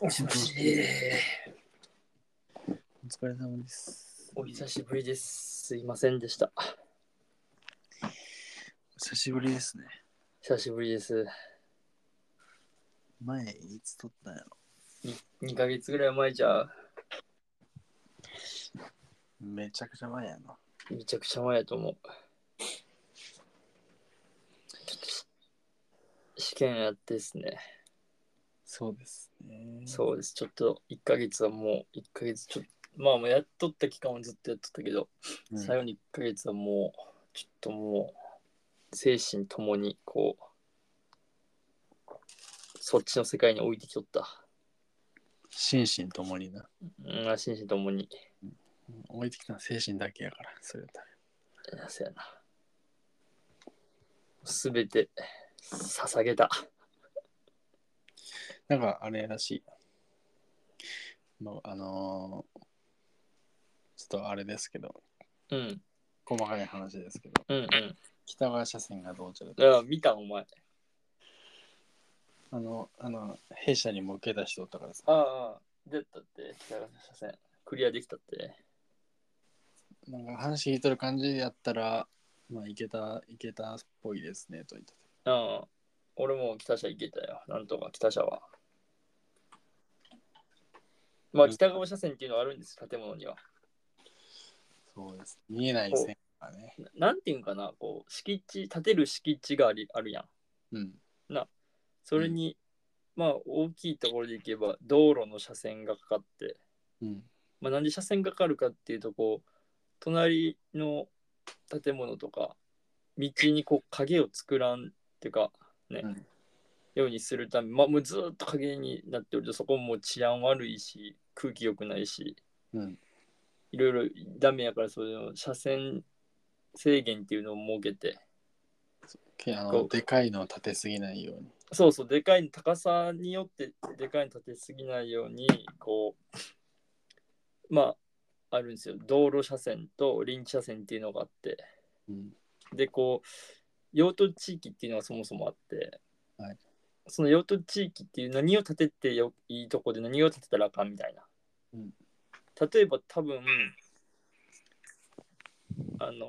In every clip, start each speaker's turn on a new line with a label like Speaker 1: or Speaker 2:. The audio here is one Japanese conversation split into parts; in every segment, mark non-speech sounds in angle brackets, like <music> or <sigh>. Speaker 1: お久しぶり。
Speaker 2: お疲れ様です。
Speaker 1: お久しぶりです。すいませんでした。
Speaker 2: お久しぶりですね。
Speaker 1: 久しぶりです。
Speaker 2: 前、いつ撮ったんやろ。
Speaker 1: 2ヶ月ぐらい前じゃ、
Speaker 2: めちゃくちゃ前やな。
Speaker 1: めちゃくちゃ前やと思う。試験やってですね。
Speaker 2: そうですね。う。
Speaker 1: そうです。ちょっと1ヶ月はもう、1ヶ月ちょっと、まあもうやっとった期間はずっとやっとったけど、最後に1ヶ月はもう、ちょっともう、精神ともに、こう、そっちの世界に置いてきとった。
Speaker 2: 心身ともにな。
Speaker 1: うん、心身ともに。
Speaker 2: 置いてきたのは精神だけやから、それだ。
Speaker 1: いやそうやな。すべて捧げた。
Speaker 2: なんか、あれらしい。のあのーちょっとあれですけど、
Speaker 1: うん、
Speaker 2: 細かい話ですけど、
Speaker 1: うん、うん。
Speaker 2: 北川車線がどうちゃら
Speaker 1: だから見たお前。
Speaker 2: あの、あの、弊社にも受け出しておったからさ、
Speaker 1: ああ、出たって、北川車線。クリアできたって。
Speaker 2: なんか話聞いとる感じやったら、まあ、いけた、いけたっぽいですね、と言ってて
Speaker 1: ああ、俺も北車行けたよ。なんとか北車は。まあ、北川車線っていうのはあるんです、建物には。
Speaker 2: そうです。見えない線がね。
Speaker 1: ななんていうんかな、こう、敷地、建てる敷地がありあるやん。
Speaker 2: うん。
Speaker 1: それに、まあ、大きいところで行けば、道路の車線がかかって、
Speaker 2: うん。
Speaker 1: まあ、なんで車線がかかるかっていうとこう隣の建物とか道にこう影を作らんっていうかね、
Speaker 2: うん
Speaker 1: ようにするため、まあ、もうずーっと影になっておるとそこも治安悪いし空気良くないし
Speaker 2: うん。
Speaker 1: いろいろダメやからそういうの車線制限っていうのを設けて
Speaker 2: けあ
Speaker 1: こ
Speaker 2: の
Speaker 1: う
Speaker 2: でかいのを立てすぎないように。
Speaker 1: そうそうでかい高さによってでかいの立てすぎないようにこうまああるんですよ道路車線と臨時車線っていうのがあって
Speaker 2: うん。
Speaker 1: でこう用途地域っていうのがそもそもあって、
Speaker 2: はい
Speaker 1: その用途地域っていう何を建ててよいいとこで何を建てたらあかんみたいな、
Speaker 2: うん
Speaker 1: 例えば多分あの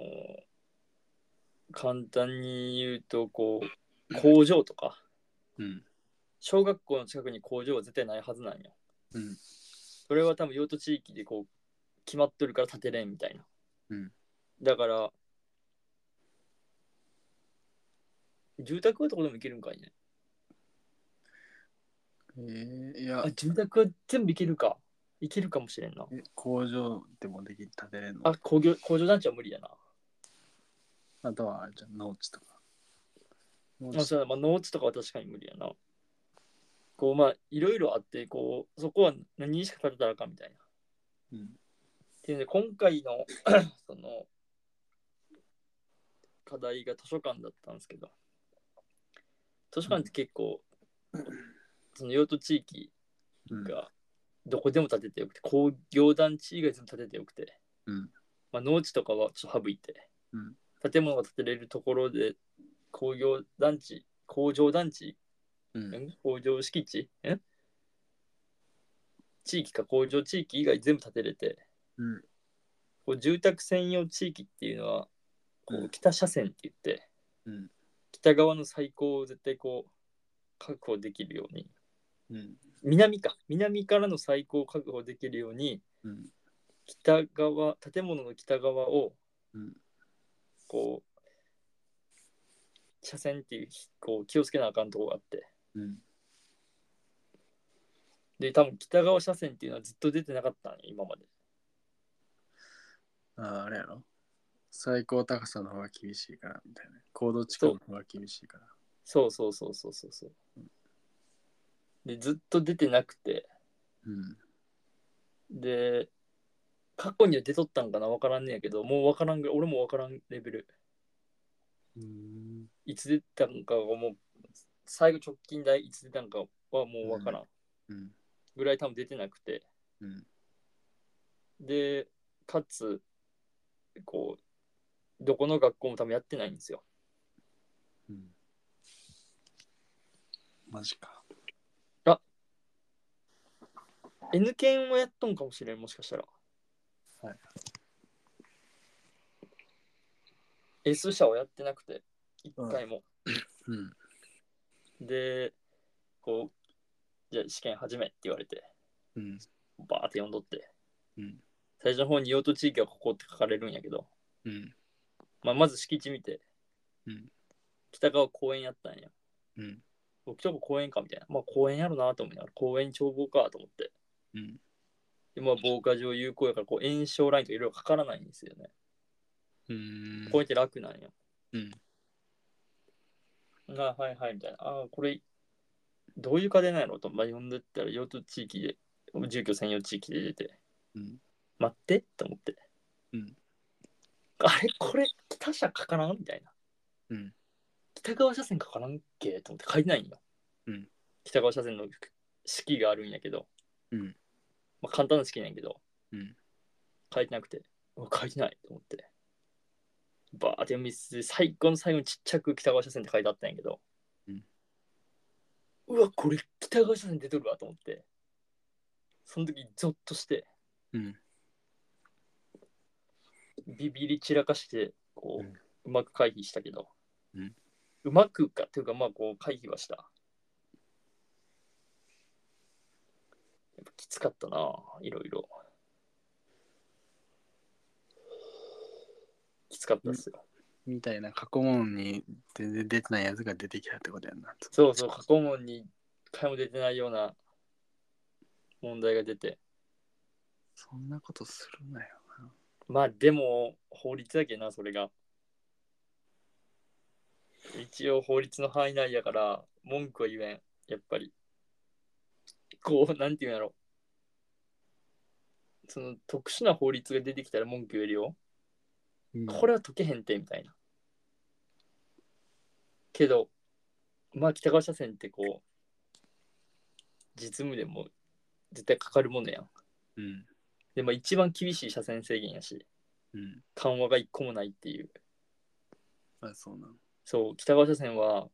Speaker 1: 簡単に言うとこう工場とか
Speaker 2: うん。
Speaker 1: 小学校の近くに工場は絶対ないはずなんよ
Speaker 2: うん。
Speaker 1: それは多分用途地域でこう決まっとるから建てれんみたいな、
Speaker 2: うん
Speaker 1: だから住宅はどこでも行けるんかいね
Speaker 2: えー、いや
Speaker 1: あ、住宅は全部行けるか行けるかもしれんな
Speaker 2: え工場でもでき建てれんの
Speaker 1: あ
Speaker 2: あ
Speaker 1: 工業工場団地は無理やな
Speaker 2: とはあれじゃん農地とか。農
Speaker 1: あ
Speaker 2: 地
Speaker 1: そうだまあ、農地とかは確かに無理やなこうまあいろいろあってこうそこは何にしか建てたらあかんみたいな
Speaker 2: うん。
Speaker 1: っていうね今回の <coughs> その課題が図書館だったんですけど図書館って結構、その用途地域
Speaker 2: うん
Speaker 1: がどこでも建ててよくて工業団地以外全部建ててよくて、
Speaker 2: うん
Speaker 1: まあ、農地とかはちょっと省いて、
Speaker 2: うん
Speaker 1: 建物が建てれるところで工業団地工場団地
Speaker 2: うん。
Speaker 1: ん工場敷地ん地域か工場地域以外全部建てれて
Speaker 2: うん。
Speaker 1: こう住宅専用地域っていうのはこ
Speaker 2: う
Speaker 1: うん北車線って言って、
Speaker 2: うん
Speaker 1: 北側の最高を絶対こう確保できるように
Speaker 2: うん。
Speaker 1: 南か南からの最高を確保できるように
Speaker 2: うん。
Speaker 1: 北側建物の北側を
Speaker 2: うん
Speaker 1: こう車線っていうこう気をつけなあかんとこがあって
Speaker 2: うん。
Speaker 1: で多分北側車線っていうのはずっと出てなかったんよ今まで
Speaker 2: ああれやろ最高高さの方が厳しいからみたいな。高度地区の方が厳しいから。
Speaker 1: そうそうそうそうそうそうでずっと出てなくて
Speaker 2: うん。
Speaker 1: で、過去には出とったんかな分からんねやけど、もう分からんぐらい、俺も分からんレベル。
Speaker 2: うん。
Speaker 1: いつ出たんかがもう、最後直近代いつ出たんかはもう分からん
Speaker 2: うん。
Speaker 1: ぐらい多分出てなくて。
Speaker 2: うん。
Speaker 1: で、かつ、こう、どこの学校も多分やってないんですよ。
Speaker 2: うん。マジか。
Speaker 1: N 研もやっとんかもしれん、もしかしたら。
Speaker 2: はい。
Speaker 1: S 社をやってなくて、一回も。
Speaker 2: うん。
Speaker 1: で、こう、じゃあ試験始めって言われて、
Speaker 2: うん。
Speaker 1: バーって読んどって、
Speaker 2: うん
Speaker 1: 最初の方に用途地域はここって書かれるんやけど、
Speaker 2: うん。
Speaker 1: まあ、まず敷地見て、
Speaker 2: うん
Speaker 1: 北側公園やったんや。
Speaker 2: うん。
Speaker 1: 僕ちょっと公園かみたいな。まあ公園やろなと思いながら、公園眺望かと思って。
Speaker 2: うん。
Speaker 1: で、まあ防火上有効やから、こう炎症ラインとかいろいろかからないんですよね。
Speaker 2: うん。
Speaker 1: こうやって楽なんよ。
Speaker 2: うん。
Speaker 1: あはいはいみたいな。あこれ、どういう家電なんやろと、まあ、呼んでったら、用途地域で、住居専用地域で出て、
Speaker 2: うん
Speaker 1: 待ってと思って。
Speaker 2: うん
Speaker 1: あれこれ、北車かからんみたいな。
Speaker 2: うん
Speaker 1: 北側車線かからんっけと思って書いてないんよ。
Speaker 2: うん
Speaker 1: 北側車線の式があるんやけど、
Speaker 2: うん
Speaker 1: まあ、簡単な式なんやけど、
Speaker 2: うん
Speaker 1: 書いてなくて、うわ書いてないと思って。バーって読みつつ、最後の最後にちっちゃく北側車線って書いてあったんやけど、
Speaker 2: うん
Speaker 1: うわ、これ北側車線出とるわと思って、その時ゾッとして、
Speaker 2: うん。
Speaker 1: ビビり散らかして、こう、
Speaker 2: うん
Speaker 1: うまく回避したけど、
Speaker 2: うん
Speaker 1: うまくかっていうか、まあ、こう、回避はした。やっぱきつかったな、いろいろ。きつかったっすよ。
Speaker 2: みたいな過去問に全然出てないやつが出てきたってことやんな。
Speaker 1: そうそう、過去問に一回も出てないような問題が出て。
Speaker 2: そんなことするなよ。
Speaker 1: まあでも法律だけどなそれが一応法律の範囲内やから文句は言えんやっぱりこうなんていうんやろその特殊な法律が出てきたら文句言えるよ、これは解けへんてみたいなけどまあ北川車線ってこう実務でも絶対かかるものやん
Speaker 2: うん。
Speaker 1: でも一番厳しい車線制限やし
Speaker 2: うん。
Speaker 1: 緩和が一個もないっていう。
Speaker 2: あ、そうなの。
Speaker 1: そう、北側車線は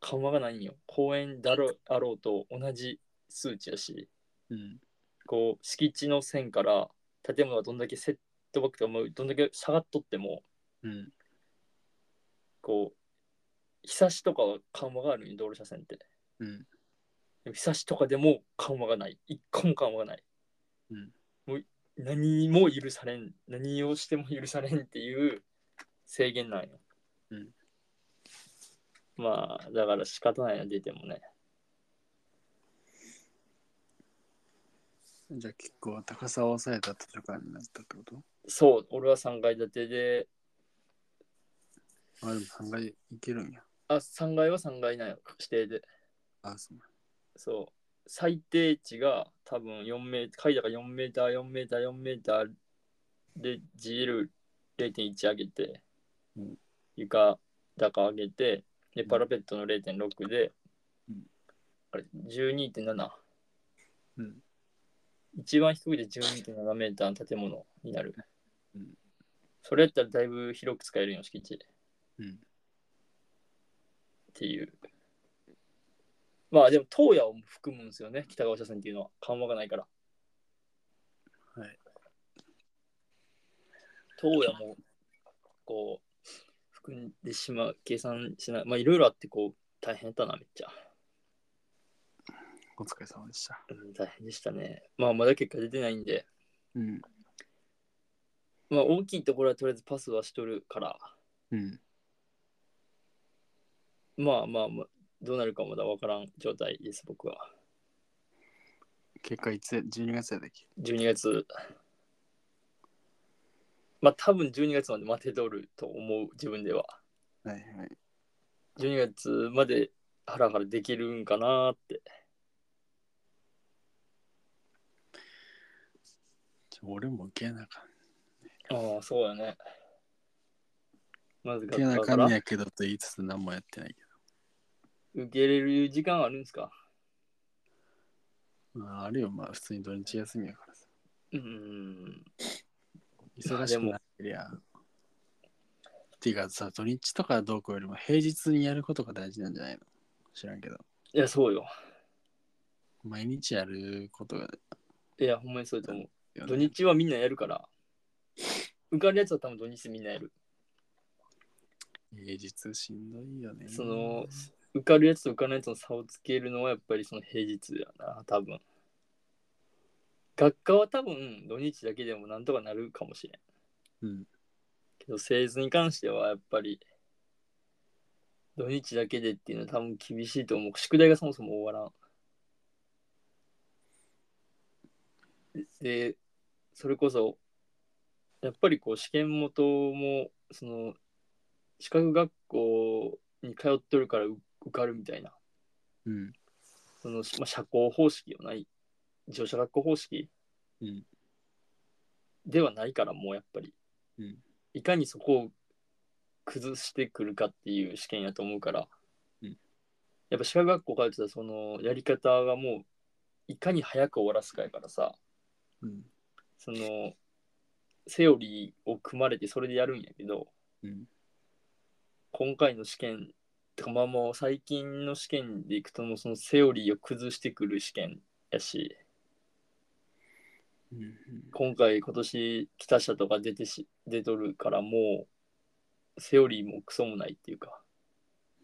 Speaker 1: 緩和がないんよ。公園だろあろうと同じ数値やし、
Speaker 2: うん。
Speaker 1: こう、敷地の線から建物がどんだけセットバックとか、もうどんだけ下がっとっても、
Speaker 2: うん。
Speaker 1: こう、日差しとかは緩和があるんよ、道路車線って。
Speaker 2: うん。
Speaker 1: でも日差しとかでも緩和がない。一個も緩和がない。
Speaker 2: うん
Speaker 1: もう何も許されん。何をしても許されんっていう制限なんよ。
Speaker 2: うん
Speaker 1: まあ、だから仕方ないな、出てもね。
Speaker 2: じゃあ結構高さを抑えた図書館になったってこと
Speaker 1: そう、俺は3階建てで、
Speaker 2: あ、でも3階いけるんや。
Speaker 1: あ、3階は3階なんよ、指定で。
Speaker 2: あ、そうな
Speaker 1: そう。最低値が多分4メーター、階高4メーター、4メーター、4メーターで GL0.1 上げて、
Speaker 2: うん
Speaker 1: 床高上げて、で、パラペットの0.6で、
Speaker 2: うん
Speaker 1: あれ、12.7。
Speaker 2: うん
Speaker 1: 一番低いで12.7メーターの建物になる。
Speaker 2: うん
Speaker 1: それやったらだいぶ広く使えるよ、敷地。
Speaker 2: うん
Speaker 1: っていう。まあでも、東野を含むんですよね、北側車線っていうのは。緩和がないから。
Speaker 2: はい。
Speaker 1: 東野も、こう、含んでしまう、計算しない。まあ、いろいろあって、こう、大変だな、めっちゃ。
Speaker 2: お疲れ様でした。
Speaker 1: うん大変でしたね。まあ、まだ結果出てないんで、
Speaker 2: うん。
Speaker 1: まあ、大きいところはとりあえずパスはしとるから、
Speaker 2: うん。
Speaker 1: まあまあ、まあ、どうなるかまだわからん状態です、僕は。
Speaker 2: 結果いつや、12月やでき。
Speaker 1: 12月。まあ、多分12月まで待てとると思う、自分では。
Speaker 2: はいはい。
Speaker 1: 12月までハラハラできるんかなーって。
Speaker 2: じゃあ俺も受けなあかん。
Speaker 1: ああ、そうやね。まず
Speaker 2: 受けなあ
Speaker 1: 学科か
Speaker 2: かん
Speaker 1: ら
Speaker 2: ねやけどと言いつつ何もやってないけ
Speaker 1: 受け入れる時間あるんですか
Speaker 2: ど。まあ、あるよ、まあ普通に土日休みやからさ。
Speaker 1: うーん。
Speaker 2: 忙しくなってりゃ。ていうかさ、土日とかどうこうよりも平日にやることが大事なんじゃないの知らんけど。
Speaker 1: いや、そうよ。
Speaker 2: 毎日やることが
Speaker 1: いや、ほんまにそうだと思う。
Speaker 2: よ
Speaker 1: 土
Speaker 2: ね
Speaker 1: 日はみんなやるから。受かるやつは多分土日みんなやる。
Speaker 2: 平日しんどいよね。
Speaker 1: その、受かるやつと受かないやつの差をつけるのはやっぱりその平日だな、多分。学科は多分土日だけでもなんとかなるかもしれん。
Speaker 2: うん。
Speaker 1: けど、製図に関してはやっぱり土日だけでっていうのは多分厳しいと思う。宿題がそもそも終わらん。で、それこそ、やっぱりこう試験元も、その、資格学校に通ってるからう受かるみたいな。
Speaker 2: うん。
Speaker 1: その、まあ、社交方式よない乗車学校方式、
Speaker 2: うん
Speaker 1: ではないからもうやっぱり、
Speaker 2: うん
Speaker 1: いかにそこを崩してくるかっていう試験やと思うから、
Speaker 2: うん
Speaker 1: やっぱ社会学校からってたらそのやり方がもういかに早く終わらすかやからさ
Speaker 2: うん。
Speaker 1: そのセオリーを組まれてそれでやるんやけど
Speaker 2: うん。
Speaker 1: 今回の試験とかまあもう最近の試験でいくともうそのセオリーを崩してくる試験やし、
Speaker 2: うん。
Speaker 1: 今回今年来た者とか出てし出とるからもうセオリーもクソもないっていうか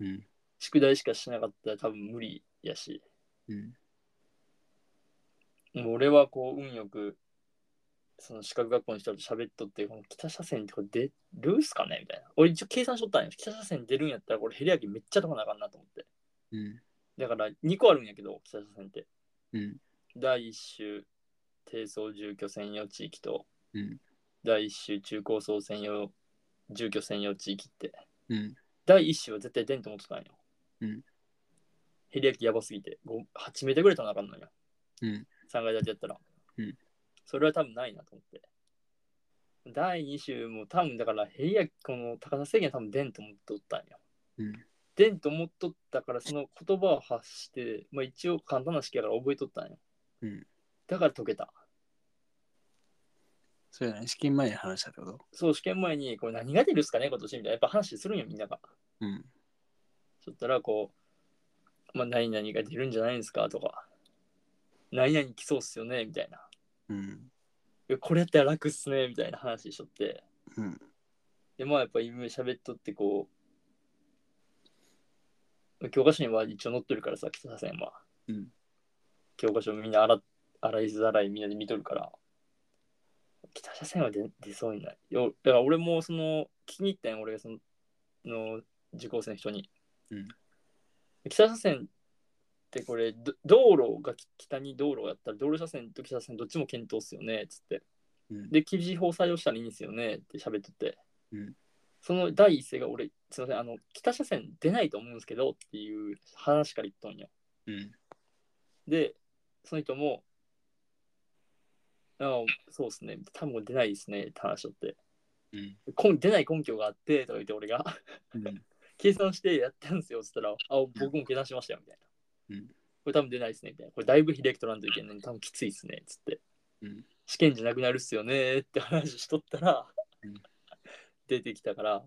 Speaker 2: うん。
Speaker 1: 宿題しかしなかったら多分無理やし
Speaker 2: うん。
Speaker 1: もう俺はこう運よくその資格学校の人と喋っとってこの北車線とか出るっすかねみたいな俺一応計算しとったんや北車線出るんやったらこれヘリ上げめっちゃ高なあかんなと思って
Speaker 2: うん。
Speaker 1: だから2個あるんやけど北車線って
Speaker 2: うん。
Speaker 1: 第1週低層住居専用地域と
Speaker 2: うん。
Speaker 1: 第1週中高層専用住居専用地域って
Speaker 2: うん。
Speaker 1: 第一子は絶対出んと思ってたんよ。
Speaker 2: うん。
Speaker 1: ヘリ焼きやばすぎて、ご8メートルぐらいとなあかんのよ。
Speaker 2: うん。
Speaker 1: 3階建てやったら。
Speaker 2: うん。
Speaker 1: それは多分ないなと思って。第2種も多分だからヘリ焼きこの高さ制限は多分出んと思っとったんよ。
Speaker 2: うん。
Speaker 1: 出んと思っとったからその言葉を発して、まあ一応簡単な式やから覚えとったんよ。
Speaker 2: うん。
Speaker 1: だから解けた。
Speaker 2: そうやね。試験前に話したってこと
Speaker 1: そう、試験前にこれ何が出るっすかね今年みたいな。やっぱ話するんよ、みんなが。
Speaker 2: うん。
Speaker 1: そしたらこう、まあ、何々が出るんじゃないんですかとか、何々来そうっすよねみたいな。
Speaker 2: うん。
Speaker 1: いやこれやったら楽っすねみたいな話しとって。
Speaker 2: うん。
Speaker 1: で、まあやっぱ今喋っとってこう、教科書には一応載ってるからさ、北田線は。
Speaker 2: うん
Speaker 1: 教科書みんな洗っ洗いざらいみんなで見とるから。北車線は出出そうにない。よだから俺もその気に入ったんよ俺がそのの受講生の人に。
Speaker 2: うん
Speaker 1: 北車線ってこれど道路が北に道路やったら道路車線と北車線どっちも検討っすよねっつって。
Speaker 2: うん。
Speaker 1: で、厳しい法採用したらいいんですよねって喋ってて、
Speaker 2: うん
Speaker 1: その第一声が俺、すいません、あの、北車線出ないと思うんですけどっていう話から言っとんよ。
Speaker 2: うん。
Speaker 1: で、その人も、ああ、そうっすね、多分出ないですねって話しとって、
Speaker 2: うん。
Speaker 1: 根出ない根拠があってとか言って俺が、 <laughs>
Speaker 2: うん。
Speaker 1: 計算してやったんですよっつったら、あ、僕も計算しましたよみたいな。
Speaker 2: うん
Speaker 1: これ多分出ないですねみたいな。これだいぶ秀樹取らんといけんのに多分きついっすねっつって。
Speaker 2: うん
Speaker 1: 試験じゃなくなるっすよねーって話しとったら、
Speaker 2: うん
Speaker 1: 出てきたから。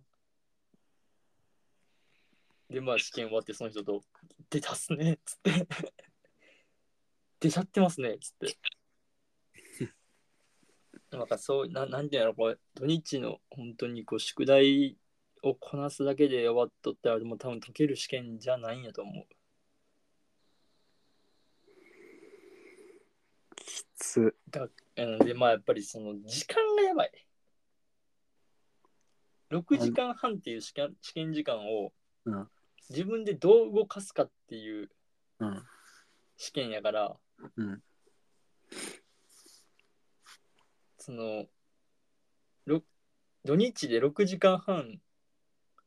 Speaker 1: で、まあ試験終わってその人と、出たっすねっつって。出ちゃってますねっつっ
Speaker 2: <laughs>
Speaker 1: て。なんかそう、ななんていうのこれ、土日の本当にこう宿題をこなすだけで終わっとったらもう多分解ける試験じゃないんやと思
Speaker 2: きつ。
Speaker 1: う。うんでまあやっぱりその時間がやばい。6時間半っていう試験試験時間を
Speaker 2: うん
Speaker 1: 自分でどう動かすかっていう
Speaker 2: うん。
Speaker 1: 試験やから、
Speaker 2: うん
Speaker 1: そのろ土日で6時間半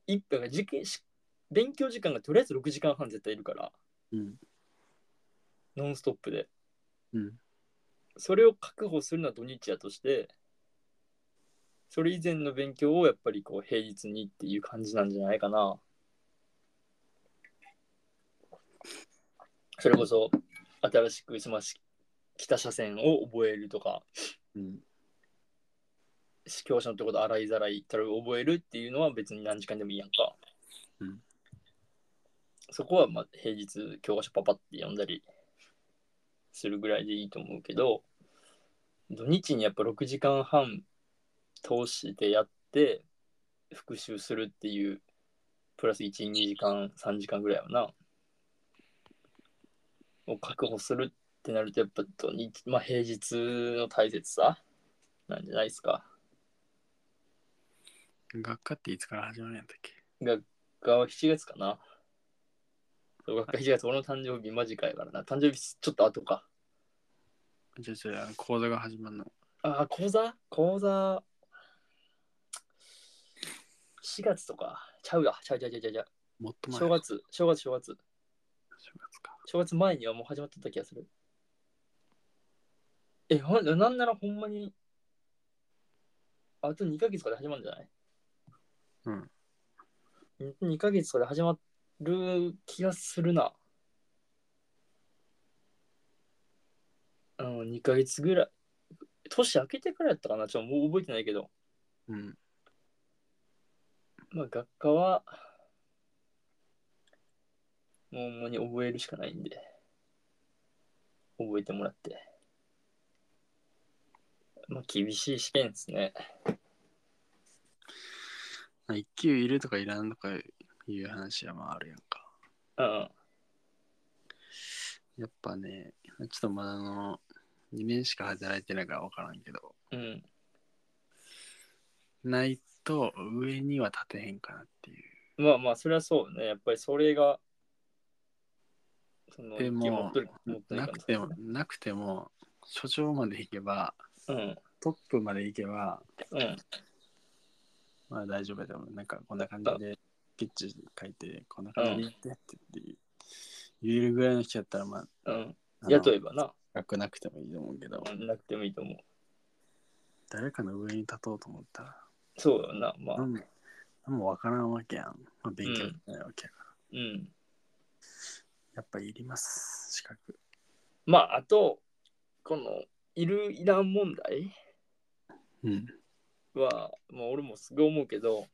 Speaker 1: 一だから受験し勉強時間がとりあえず6時間半絶対いるから
Speaker 2: うん。
Speaker 1: ノンストップで
Speaker 2: うん。
Speaker 1: それを確保するのは土日やとしてそれ以前の勉強をやっぱりこう平日にっていう感じなんじゃないかなそれこそ新しくまあし北車線を覚えるとか
Speaker 2: うん。
Speaker 1: 視聴者のところで洗いざらいたる覚えるっていうのは別に何時間でもいいやんか。
Speaker 2: うん
Speaker 1: そこはまあ平日教科書パパって読んだりするぐらいでいいと思うけど、土日にやっぱ6時間半通してやって復習するっていうプラス12時間3時間ぐらいはなを確保するってなるとやっぱ土日まあ平日の大切さなんじゃないですか
Speaker 2: 学科っていつから始まるんやったっけ
Speaker 1: 学科は7月かなそう学科7月俺の誕生日間近やからな誕生日ちょっと後か
Speaker 2: じゃあじゃあ講座が始まるの。
Speaker 1: ああ、講座講座。4月とか。ちゃうや。ちゃうちゃうちゃうちゃうちゃう。
Speaker 2: もっと前
Speaker 1: 正月、正月、正月。
Speaker 2: 正月か。
Speaker 1: 正月前にはもう始まってた気がする。え、ほんなんならほんまに、あと2ヶ月から始まるんじゃない
Speaker 2: うん。
Speaker 1: ?2 ヶ月から始まる気がするな。うん、2ヶ月ぐらい。年明けてからやったかなちょっともう覚えてないけど。
Speaker 2: うん。
Speaker 1: まあ、学科は、もうほんまに覚えるしかないんで、覚えてもらって。まあ、厳しい試験ですね。
Speaker 2: まあ一級いるとかいらんとかいう話はまああるやんか。
Speaker 1: うん。
Speaker 2: やっぱね、ちょっとまだあの、2年しか働いてないから分からんけど、
Speaker 1: うん。
Speaker 2: ないと上には立てへんかなっていう。
Speaker 1: まあまあ、それはそうね。やっぱりそれが、その、
Speaker 2: で
Speaker 1: 一級持
Speaker 2: も
Speaker 1: っとる持っ、とる
Speaker 2: な
Speaker 1: から
Speaker 2: くても、なくても、所長まで行けば、
Speaker 1: うん。
Speaker 2: トップまで行けば、
Speaker 1: うん。
Speaker 2: まあ大丈夫だと思う。なんかこんな感じで、スケッチ書いて、こんな感じで行ってってって言えるぐらいの人やったら、まあ、
Speaker 1: うん。
Speaker 2: あの
Speaker 1: 雇えばな、
Speaker 2: 学なくてもいいと思うけど、
Speaker 1: うんなくてもいいと思う。
Speaker 2: 誰かの上に立とうと思ったら、
Speaker 1: そうよな。まあ
Speaker 2: な、んもなんも分からんわけやん。まあ、勉強じゃないわけやから。
Speaker 1: うん。
Speaker 2: やっぱいります、資格。
Speaker 1: まあ、あと、この、いる、いらん問題
Speaker 2: うん。
Speaker 1: は、まあ、俺もすごい思うけど、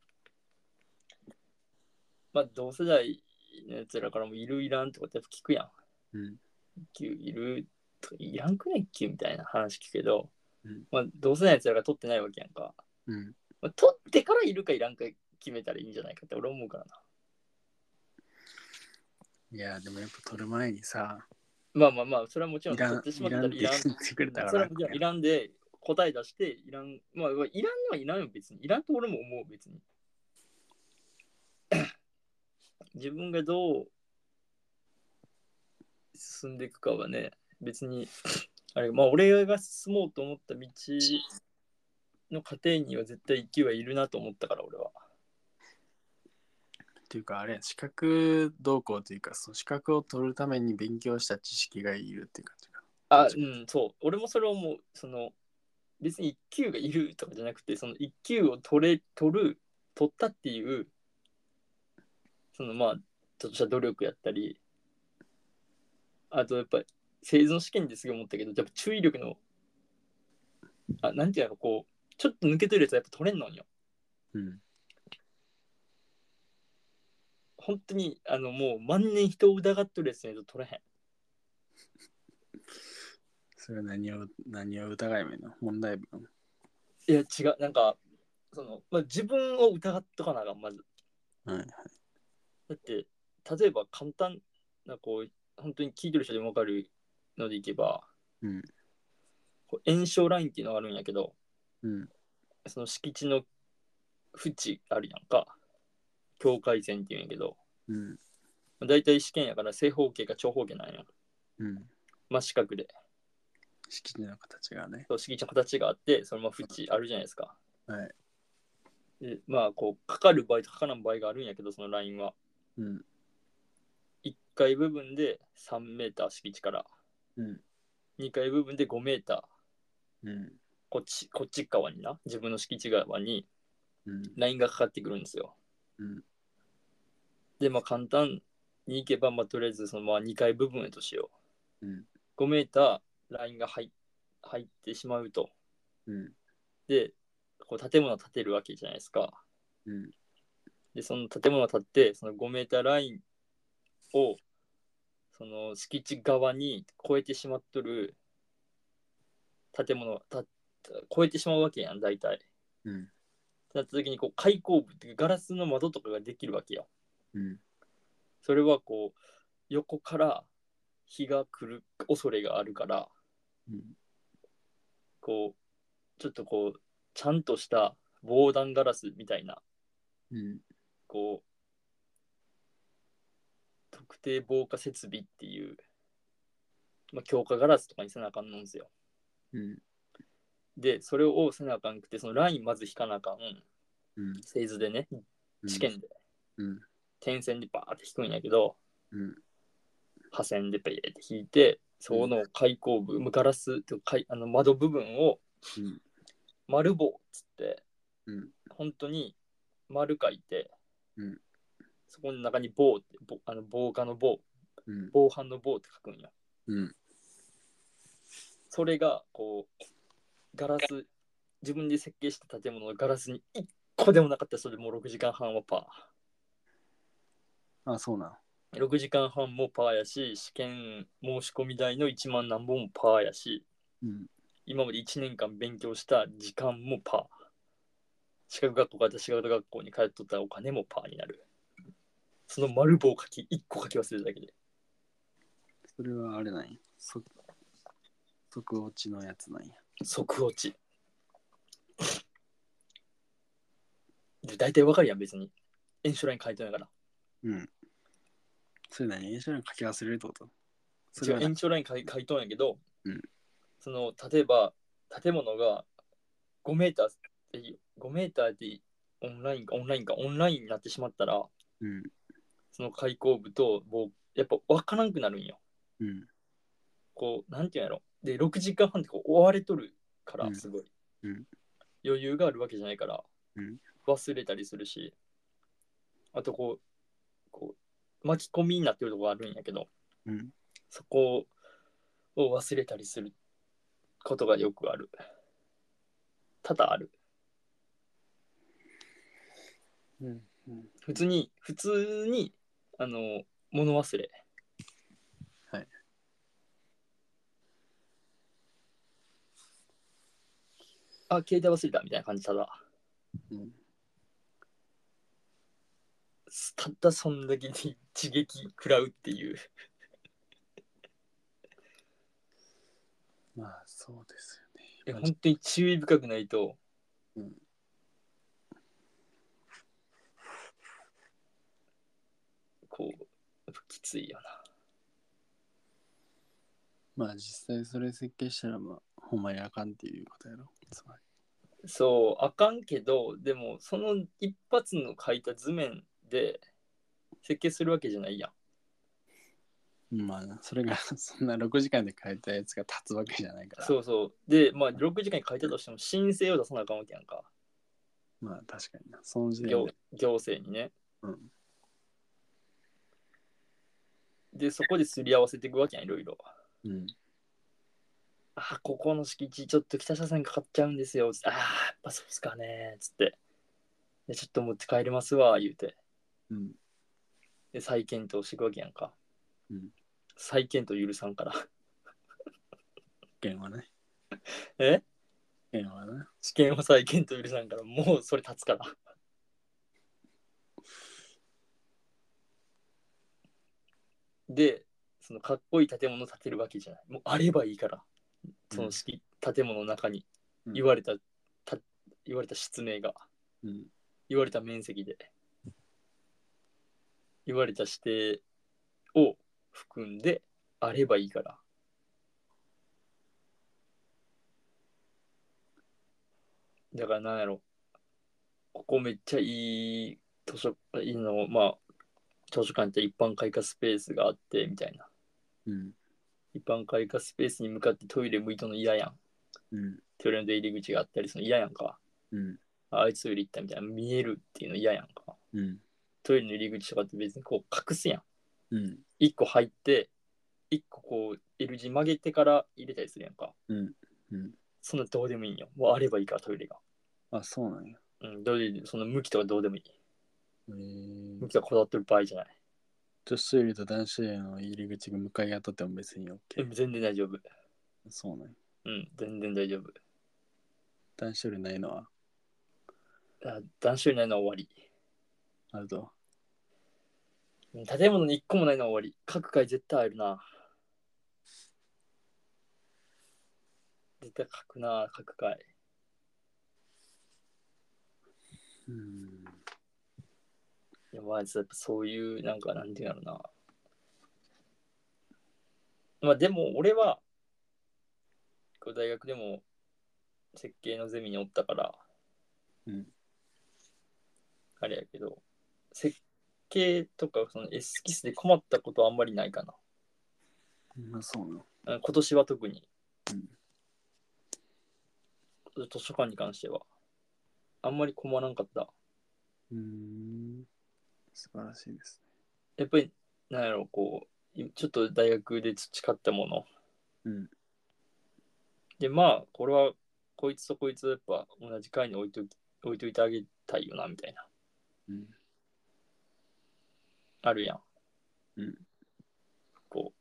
Speaker 1: まあ、同世代のやつらからもいるいらんとかってやっぱ聞くやん。
Speaker 2: うん。
Speaker 1: 給いるとかいらんくないっけみたいな話聞くけど、
Speaker 2: うん
Speaker 1: まあ、同世代のやつらが取ってないわけやんか。
Speaker 2: うん。
Speaker 1: まあ、取ってからいるかいらんか決めたらいいんじゃないかって俺思うからな。
Speaker 2: いや、でもやっぱ取る前にさ、
Speaker 1: まあまあまあ、それはもちろん
Speaker 2: い
Speaker 1: 取
Speaker 2: らん、
Speaker 1: ってしま
Speaker 2: い
Speaker 1: った
Speaker 2: らん
Speaker 1: ら
Speaker 2: っ
Speaker 1: いらん
Speaker 2: て。言ってくれたか
Speaker 1: それ
Speaker 2: ら
Speaker 1: はもちろんいらんで答え出していらん、まあ、いらんのはいらんよ別にいらんと俺も思う別に <coughs> 自分がどう進んでいくかはね別にあれまあ俺が進もうと思った道の過程には絶対勢いはいるなと思ったから俺は
Speaker 2: っていうか、あれ、資格動向というか、その資格を取るために勉強した知識がいるっていう感じか。
Speaker 1: あうんそう俺もそれをもうその別に1級がいるとかじゃなくてその1級を取れ取る取ったっていうそのまあちょっとした努力やったりあとやっぱ生存試験ですごい思ったけどやっぱ注意力のあなんていうのこうちょっと抜けてるやつはやっぱ取れんのんよ
Speaker 2: うん。
Speaker 1: 本当にあのもう万年人を疑っとるやつねと取れへん
Speaker 2: それは何を、何を疑い目の問題文。
Speaker 1: いや違うなんかその、まあ、自分を疑っとかなあかんまず
Speaker 2: はい。
Speaker 1: だって例えば簡単なこう本当に聞いてる人でも分かるのでいけば、
Speaker 2: うん
Speaker 1: こう炎症ラインっていうのがあるんやけど
Speaker 2: うん。
Speaker 1: その敷地の縁あるやんか境界線っていうんやけど
Speaker 2: うん。
Speaker 1: まあ大体試験やから正方形か長方形なんや
Speaker 2: うん。
Speaker 1: 真四角で
Speaker 2: 敷地の形がね。
Speaker 1: そう敷地の形があってそのまま縁あるじゃないですか
Speaker 2: はい
Speaker 1: でまあこうかかる場合とかからん場合があるんやけどそのラインは
Speaker 2: うん。
Speaker 1: 1階部分で3メーター敷地から
Speaker 2: うん。
Speaker 1: 2階部分で5メーター
Speaker 2: うん。
Speaker 1: こっち、こっち側にな、自分の敷地側に
Speaker 2: うん。
Speaker 1: ラインがかかってくるんですよ。
Speaker 2: うん
Speaker 1: で、まあ簡単に行けば、まあとりあえずそのまあ2階部分へとしよう。
Speaker 2: うん
Speaker 1: 5メーターラインが入入ってしまうと。
Speaker 2: うん。
Speaker 1: で、こう建物を建てるわけじゃないですか。
Speaker 2: うん。
Speaker 1: で、その建物を建って、その5メーターラインをその敷地側に越えてしまっとる建物た超えてしまうわけやん大体。
Speaker 2: うん。
Speaker 1: なった時にこう開口部っていうかガラスの窓とかができるわけよ。
Speaker 2: うん。
Speaker 1: それはこう横から日が来る恐れがあるから
Speaker 2: うん。
Speaker 1: こうちょっとこうちゃんとした防弾ガラスみたいな
Speaker 2: うん。
Speaker 1: こう特定防火設備っていう、まあ、強化ガラスとかにせなあかんのんですよ。
Speaker 2: うん。
Speaker 1: でそれをせなあかんくてそのラインまず引かなあかん
Speaker 2: うん。
Speaker 1: 製図でね試験で
Speaker 2: うん。
Speaker 1: 点線でバーって引くんやけど
Speaker 2: うん。
Speaker 1: 破線でペーって引いてその開口部、ガラスとかいあの窓部分を
Speaker 2: うん。
Speaker 1: 丸棒っつって、
Speaker 2: うん
Speaker 1: 本当に丸書いて、
Speaker 2: うん
Speaker 1: そこの中に棒って棒あの防火の棒
Speaker 2: うん。
Speaker 1: 防犯の棒って書くんよ
Speaker 2: うん。
Speaker 1: それがこうガラス自分で設計した建物のガラスに1個でもなかったらそれもう6時間半はパ
Speaker 2: あ、そうな
Speaker 1: ー6時間半もパーやし試験申し込み代の1万何本もパーやし
Speaker 2: の。うん。
Speaker 1: 今まで1年間勉強した時間もパー資格学校から資格学校に通っとったお金もパーになるその丸棒書き1個書き忘れるだけで
Speaker 2: それはあれなんや。そ即落ちのやつなんや。
Speaker 1: 即落ちで大体わかるやん別に演習ライン書いてないから
Speaker 2: うん。それ何一緒に書き忘れるってことそ
Speaker 1: 違
Speaker 2: れ
Speaker 1: う
Speaker 2: は
Speaker 1: 延長ライン書い書いとんやけど、
Speaker 2: うん
Speaker 1: その例えば建物が5メーターってい5メーターでオンラインかオンラインかオンラインになってしまったら
Speaker 2: うん。
Speaker 1: その開口部ともうやっぱ分からんくなるんよ
Speaker 2: うん。
Speaker 1: こうなんていうんやろで6時間半ってこう追われとるか
Speaker 2: う
Speaker 1: ら
Speaker 2: ん
Speaker 1: すごい、
Speaker 2: うん
Speaker 1: 余裕があるわけじゃないから、
Speaker 2: うん
Speaker 1: 忘れたりするしあとこうこう巻き込みになってるとこあるんやけど
Speaker 2: うん。
Speaker 1: そこを忘れたりすることがよくある。多々ある。
Speaker 2: うん。うん。
Speaker 1: 普通に、普通に、あの、物忘れ。
Speaker 2: はい。
Speaker 1: あ、携帯忘れたみたいな感じ、ただ。
Speaker 2: うん
Speaker 1: たったそんだけで <laughs> 一撃食らうっていう。
Speaker 2: まあ、そうです
Speaker 1: え
Speaker 2: よね。まあ
Speaker 1: 本当に注意深くないと、
Speaker 2: うん
Speaker 1: こうやっぱきついよな
Speaker 2: まあ、実際それ設計したら、まあ、ほんまにあかんっていうことやろ。つまり。
Speaker 1: そうあかんけどでもその一発の書いた図面で設計するわけじゃないやん
Speaker 2: まあな、それが <laughs> そんな6時間で変えたやつが立つわけじゃないから。
Speaker 1: そうそうでまあ6時間に書いたとしても申請を出さなあかんわけやんか
Speaker 2: まあ確かにな。その時点
Speaker 1: 行
Speaker 2: で。
Speaker 1: 行政にね
Speaker 2: うん。
Speaker 1: でそこですり合わせていくわけやんいろいろ
Speaker 2: うん。
Speaker 1: あここの敷地ちょっと北車線かかっちゃうんですよ。ああ、やっぱそうっすかね。つって。で、ちょっと持って帰れますわ、言うて。
Speaker 2: うん。
Speaker 1: で、再検討していくわけやんか。
Speaker 2: うん
Speaker 1: 再検討許さんから。 <laughs>
Speaker 2: 弦はね。
Speaker 1: え
Speaker 2: 弦はね。
Speaker 1: 試験を再検討許さんから、もうそれ立つから。で、そのかっこいい建物を建てるわけじゃない。もうあればいいから。その敷、建物の中に
Speaker 2: うん
Speaker 1: 言われた、た言われた失明が。
Speaker 2: うん。
Speaker 1: 言われた面積で言われた指定を含んであればいいからだからなんやろここめっちゃいい図書いいのまあ図書館って一般開花スペースがあってみたいな
Speaker 2: うん。
Speaker 1: 一般開花スペースに向かってトイレ向いとんの嫌やん
Speaker 2: うん。
Speaker 1: トイレの出入り口があったりその嫌やんか
Speaker 2: うん。
Speaker 1: あいつトイレ行ったみたいな見えるっていうの嫌やんか
Speaker 2: うん。
Speaker 1: トイレの入り口とかって別にこう隠すやん。
Speaker 2: うん。
Speaker 1: 一個入って、一個こう L 字曲げてから入れたりするやんか。
Speaker 2: うん。うん。
Speaker 1: そんなどうでもいいんよ。もうあればいいからトイレが。
Speaker 2: あ、そうなんや。
Speaker 1: うん、どうでその向きとかどうでもいい。
Speaker 2: えー
Speaker 1: 向、きはこだわってる場合じゃない。
Speaker 2: 女子トイレと男子トイレの入り口が向かい合っとっても別に OK。
Speaker 1: 全然大丈夫。
Speaker 2: そうなんや。
Speaker 1: うん、全然大丈夫。
Speaker 2: 男子よりないのは、
Speaker 1: あ男子よりないのは終わり。
Speaker 2: あると。
Speaker 1: うん建物に1個もないのは終わり。各回絶対あるな。絶対書くな、各回。
Speaker 2: うん。
Speaker 1: いやまあ、やっぱそういう、なんか、なんていうんだろうな。まあ、でも、俺は、こう大学でも、設計のゼミにおったから、
Speaker 2: うん
Speaker 1: あれやけど、設計とか、そのエスキスで困ったことはあんまりないかな。
Speaker 2: まあそうなの。
Speaker 1: あ今年は特に、
Speaker 2: うん
Speaker 1: 今年図書館に関してはあんまり困らんかった
Speaker 2: うん。素晴らしいです
Speaker 1: やっぱりなんやろうこういちょっと大学で培ったもの
Speaker 2: ね。うん。
Speaker 1: でまあこれはこいつとこいつをやっぱ同じ階に置いとき置いといてあげたいよなみたいな
Speaker 2: うん。
Speaker 1: あるやん、
Speaker 2: うん
Speaker 1: こ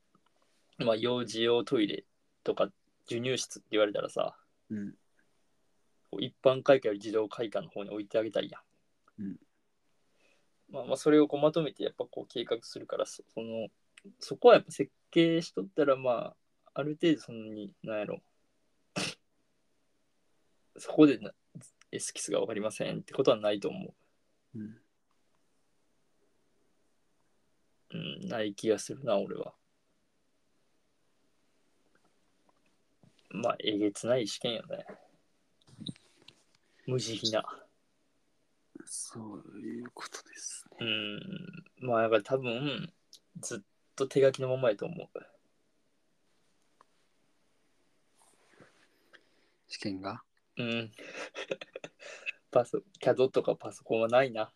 Speaker 1: うまあ幼児用トイレとか授乳室って言われたらさ
Speaker 2: うん。
Speaker 1: こう一般会館より児童会館の方に置いてあげたいやん。
Speaker 2: うん
Speaker 1: まあまあそれをこうまとめてやっぱこう計画するからそそのそこはやっぱ設計しとったらまあある程度そんなになんやろ <laughs> そこでなエスキスが分かりませんってことはないと思
Speaker 2: うん。
Speaker 1: う。うん、ない気がするな俺は。まあえげつない試験よね。無慈悲な。
Speaker 2: そういうことですね。
Speaker 1: うん、まあやっぱり多分ずっと手書きのままやと思う。
Speaker 2: 試験が
Speaker 1: うん。 <laughs> パソ、CAD とかパソコンはないな。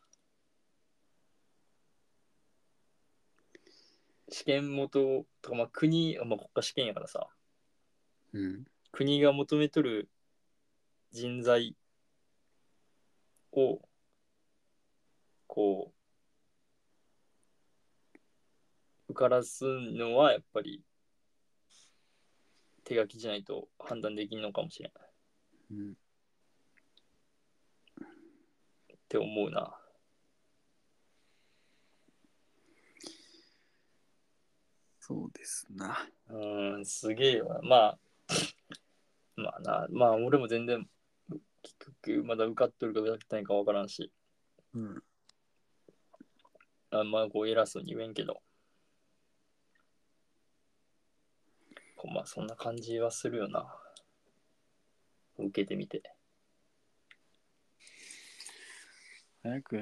Speaker 1: 試験元とか、まあ、国、まあ、国家試験やからさ、
Speaker 2: うん。
Speaker 1: 国が求めとる人材を、こう、受からすのはやっぱり手書きじゃないと判断できんのかもしれん。
Speaker 2: うん。
Speaker 1: って思うな。
Speaker 2: そうですな。
Speaker 1: うーん、すげえわ。まあ、まあな、まあ俺も全然、結局まだ受かっとるか受かってないか分からんし、
Speaker 2: うん。
Speaker 1: あんまあこう偉そうに言えんけど、こうまあそんな感じはするよな。受けてみて。
Speaker 2: 早く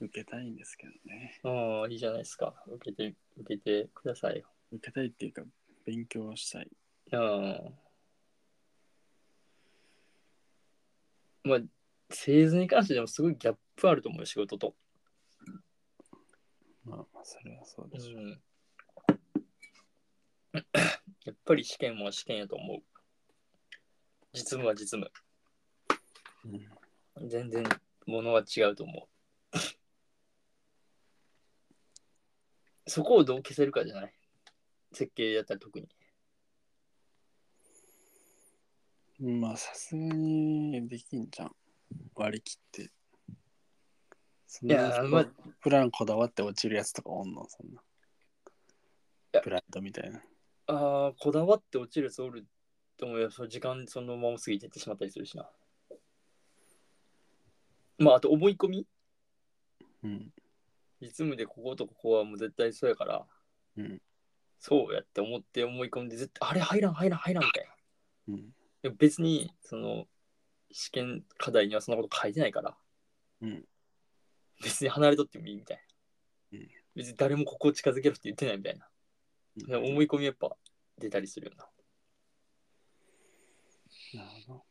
Speaker 2: 受けたいんですけどね。
Speaker 1: うん、いいじゃないですか。受けて、受けてくださいよ。
Speaker 2: 受けたいっていうか、勉強したい。
Speaker 1: うん。まあ、製図に関してでもすごいギャップあると思うよ仕事と。
Speaker 2: まあまあ、それはそう
Speaker 1: う
Speaker 2: でしょう。
Speaker 1: んやっぱり試験は試験やと思う。実務は実務。
Speaker 2: うん
Speaker 1: 全然物は違うと思う。そこをどう消せるかじゃない設計やったら特に。
Speaker 2: まあさすがにできんじゃん割り切ってそん
Speaker 1: いや
Speaker 2: な
Speaker 1: ーまあ
Speaker 2: プランこだわって落ちるやつとかおんのそんな
Speaker 1: や
Speaker 2: プライドみたいな
Speaker 1: ああ、こだわって落ちるやつおると思うよ。その時間そのまま過ぎてってしまったりするしな。まあ、あと思い込み
Speaker 2: うん
Speaker 1: 実務でこことここはもう絶対そうやから。
Speaker 2: うん
Speaker 1: そうやって思って思い込んで、絶対あれ入らん入らん入らんみたいな。
Speaker 2: うん
Speaker 1: でも別に、その、試験課題にはそんなこと書いてないから、
Speaker 2: うん
Speaker 1: 別に離れとってもいいみたいな。
Speaker 2: うん
Speaker 1: 別に誰もここを近づけろって言ってないみたいな。でも思い込みやっぱ出たりするよ
Speaker 2: なるほ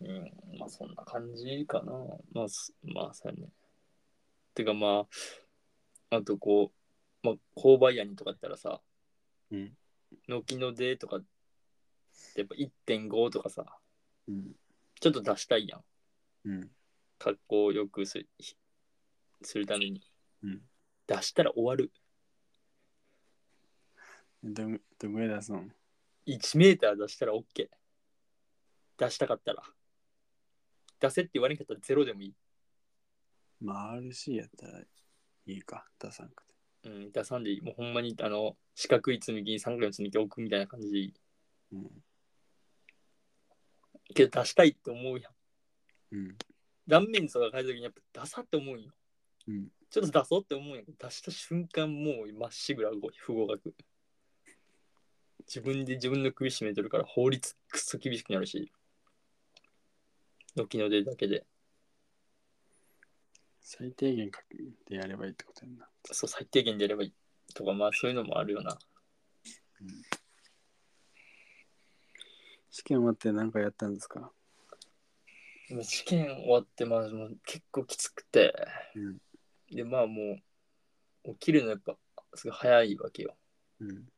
Speaker 2: ど
Speaker 1: な。うん、まあそんな感じかな。まあ、すまあ、そうやね。てかまあ、あとこう、まあ、購買屋にとかやったらさ、
Speaker 2: うん
Speaker 1: 軒の出とかってやっぱ1.5とかさ、
Speaker 2: うん
Speaker 1: ちょっと出したいやん。
Speaker 2: うん
Speaker 1: 格好を良くするするために
Speaker 2: うん
Speaker 1: 出したら終わる。
Speaker 2: どんどんぐらい出すの
Speaker 1: 1メーター出したら OK。出したかったら。出せって言われなかったらゼロでもいい。
Speaker 2: まあ RC やったらいいか、出さんくて。
Speaker 1: うん、出さんでいい。もうほんまに、あの、四角い積み木に三角の積み木置くみたいな感じでいい。
Speaker 2: うん。
Speaker 1: けど出したいって思うやん。
Speaker 2: うん。
Speaker 1: 断面図とか書いた時にやっぱ出さって思うんよ。
Speaker 2: うん
Speaker 1: ちょっと出そうって思うんやけど、出した瞬間もうまっしぐら不合格。自分で自分の首絞めてるから法律くっそ厳しくなるし。軒の出だけで。
Speaker 2: 最低限かけてやればいいってことやんな。
Speaker 1: そう最低限でやればいいとかまあそういうのもあるよな
Speaker 2: 試験終わって何かやったんですか
Speaker 1: でも試験終わってまあもう結構きつくて、
Speaker 2: うん
Speaker 1: でまあもう起きるのやっぱすごい早いわけよ
Speaker 2: うん。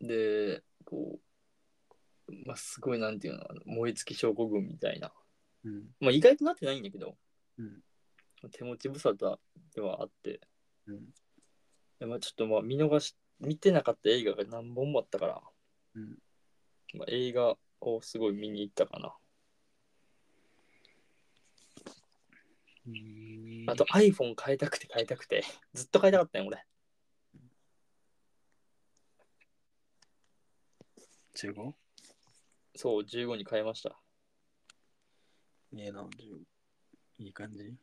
Speaker 1: でこうまあすごいなんていうのあの燃え尽き症候群みたいな
Speaker 2: うん。
Speaker 1: まあ意外となってないんだけど、
Speaker 2: うん
Speaker 1: 手持ち無沙汰ではあって
Speaker 2: うん。
Speaker 1: でまあちょっとまあ見逃し見てなかった映画が何本もあったから、
Speaker 2: うん
Speaker 1: まあ、映画をすごい見に行ったかな
Speaker 2: うん
Speaker 1: あと iPhone 変えたくて変えたくて。ずっと変えたかったよ、俺。
Speaker 2: 15?
Speaker 1: そう、15に変えました。
Speaker 2: ええな、15。いい感じ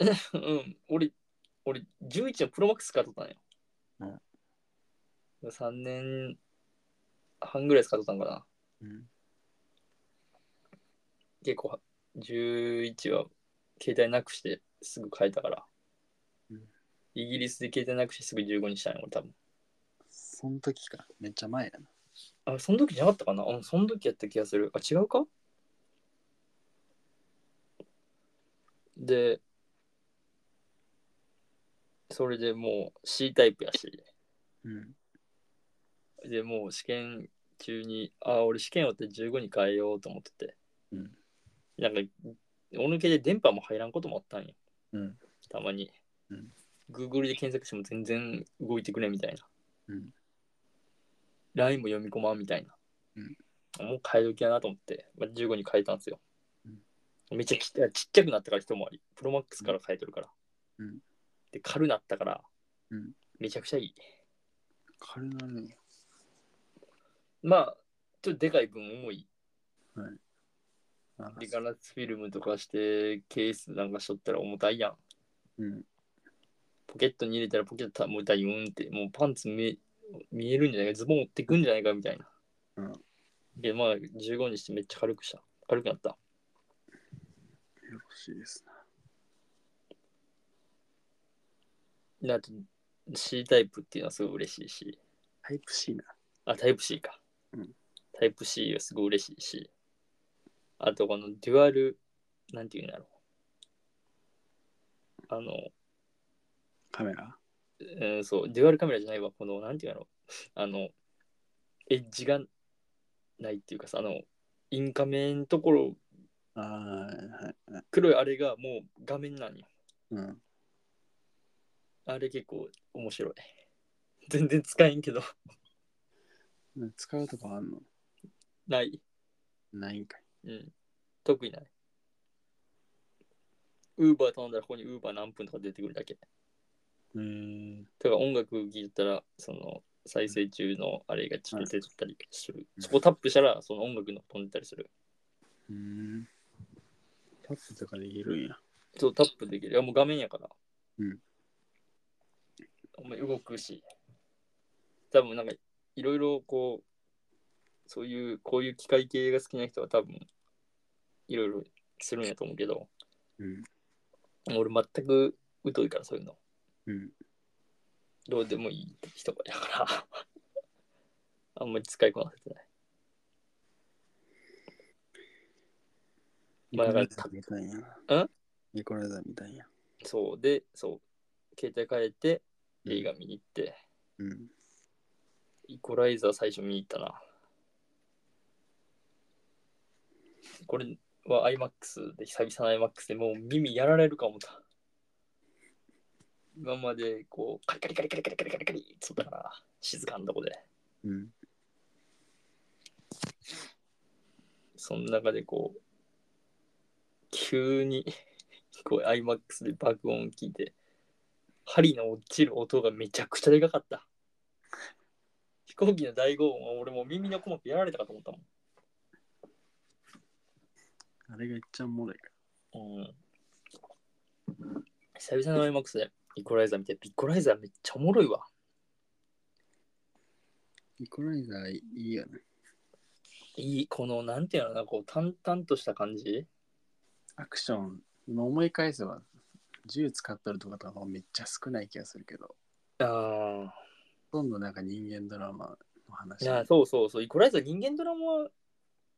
Speaker 1: うん、俺、俺、11のプロマックス買っとったんよ。
Speaker 2: うん
Speaker 1: 3年半ぐらい使っとったんかな。
Speaker 2: うん。
Speaker 1: 結構、11は携帯なくしてすぐ変えたから。
Speaker 2: うん
Speaker 1: イギリスで携帯なくしてすぐ15にしたんよ、俺多分。
Speaker 2: そん時か。めっちゃ前やな。
Speaker 1: あ、その時じゃなかったかなうん、その時やった気がする。あ、違うかで、それでもう C タイプやし、
Speaker 2: うん。
Speaker 1: でもう試験中に、あ、俺試験終わって15に変えようと思ってて、
Speaker 2: うん
Speaker 1: なんか、お抜けで電波も入らんこともあったんよ、
Speaker 2: うん。
Speaker 1: たまに。
Speaker 2: うん
Speaker 1: Google で検索しても全然動いてくれんみたいな。
Speaker 2: うん。
Speaker 1: LINE も読み込まんみたいな。
Speaker 2: うん
Speaker 1: もう変え時やなと思って、まあ、15に変えたんですよ。めっちゃきちっちゃくなったから一回り。プロマックスから変えてるから。
Speaker 2: うん
Speaker 1: で、軽なったから、
Speaker 2: うん
Speaker 1: めちゃくちゃいい。
Speaker 2: 軽なるんや。
Speaker 1: まあ、ちょっとでかい分重い。
Speaker 2: あ
Speaker 1: で、ガラスフィルムとかして、ケースなんかしとったら重たいやん。
Speaker 2: うん。
Speaker 1: ポケットに入れたらポケット重たいうんって、もうパンツ見え見えるんじゃないか、ズボン持ってくんじゃないかみたいな。
Speaker 2: うん
Speaker 1: で、まあ、15にしてめっちゃ軽くした。軽くなった。
Speaker 2: よろしいですな。
Speaker 1: で、あと C タイプっていうのはすごい嬉しいし。
Speaker 2: タイプ C な。
Speaker 1: あ、タイプ C か。
Speaker 2: うん
Speaker 1: タイプ C はすごい嬉しいし、あとこのデュアル、なんていうんだろう。あの、
Speaker 2: カメラ
Speaker 1: えーそう、デュアルカメラじゃないわ、この、なんていうんだろう。あの、エッジがないっていうかさ、あの、インカメのところ、
Speaker 2: ああ、はい。
Speaker 1: 黒いあれがもう画面なんよ。
Speaker 2: うん。
Speaker 1: あれ結構面白い。 <laughs> 全然使えんけど、 <laughs>
Speaker 2: 使うとこあんの
Speaker 1: ない。
Speaker 2: ないんかい。
Speaker 1: うん。特にない。ウーバー頼んだらここにウーバー何分とか出てくるだけ。
Speaker 2: えー、
Speaker 1: だから音楽聴いたら、その再生中のあれがちょっと出てったりする。
Speaker 2: うん
Speaker 1: そこタップしたら、その音楽の飛んでたりする。
Speaker 2: うーん。タップとかできるんや。
Speaker 1: そう、タップできる。いや、もう画面やから。
Speaker 2: うん。
Speaker 1: お前動くし。多分なんか、いろいろこう、そういう、こういう機械系が好きな人は多分、いろいろするんやと思うけど、
Speaker 2: うん。
Speaker 1: 俺全く疎いから、そういうの。
Speaker 2: うん。
Speaker 1: どうでもいい人やから。 <laughs> あんまり使いこなせてない。まあだから
Speaker 2: イコライザーみたい
Speaker 1: ん
Speaker 2: やん。イコライザーみたいや。
Speaker 1: そうで、そう、携帯変えて映画見に行って、
Speaker 2: うん。
Speaker 1: イコライザー最初見に行ったな。これは IMAX で、久々の IMAX でもう耳やられるか思った。今までこう、カリカリカリカリカリカリカリカリって言ったから、静かなとこで。その中でこう急に <laughs> こう iMAX で爆音を聞いて針の落ちる音がめちゃくちゃでかかった飛行機の大轟音は俺もう耳の鼓膜やられたかと思ったもん
Speaker 2: あれがいっちゃおもろいか
Speaker 1: うん久々の IMAX でイコライザー見て、イコライザーめっちゃおもろいわ。
Speaker 2: イコライザーいいよね。
Speaker 1: いい、この、なんていうのかな、こう、淡々とした感じ。
Speaker 2: アクション、今思い返せば、銃使ってるとことかもめっちゃ少ない気がするけど、
Speaker 1: あ
Speaker 2: ほとんどなんか人間ドラマの
Speaker 1: あ、い
Speaker 2: 話。
Speaker 1: や、そうそうそう、イコライザー人間ドラマ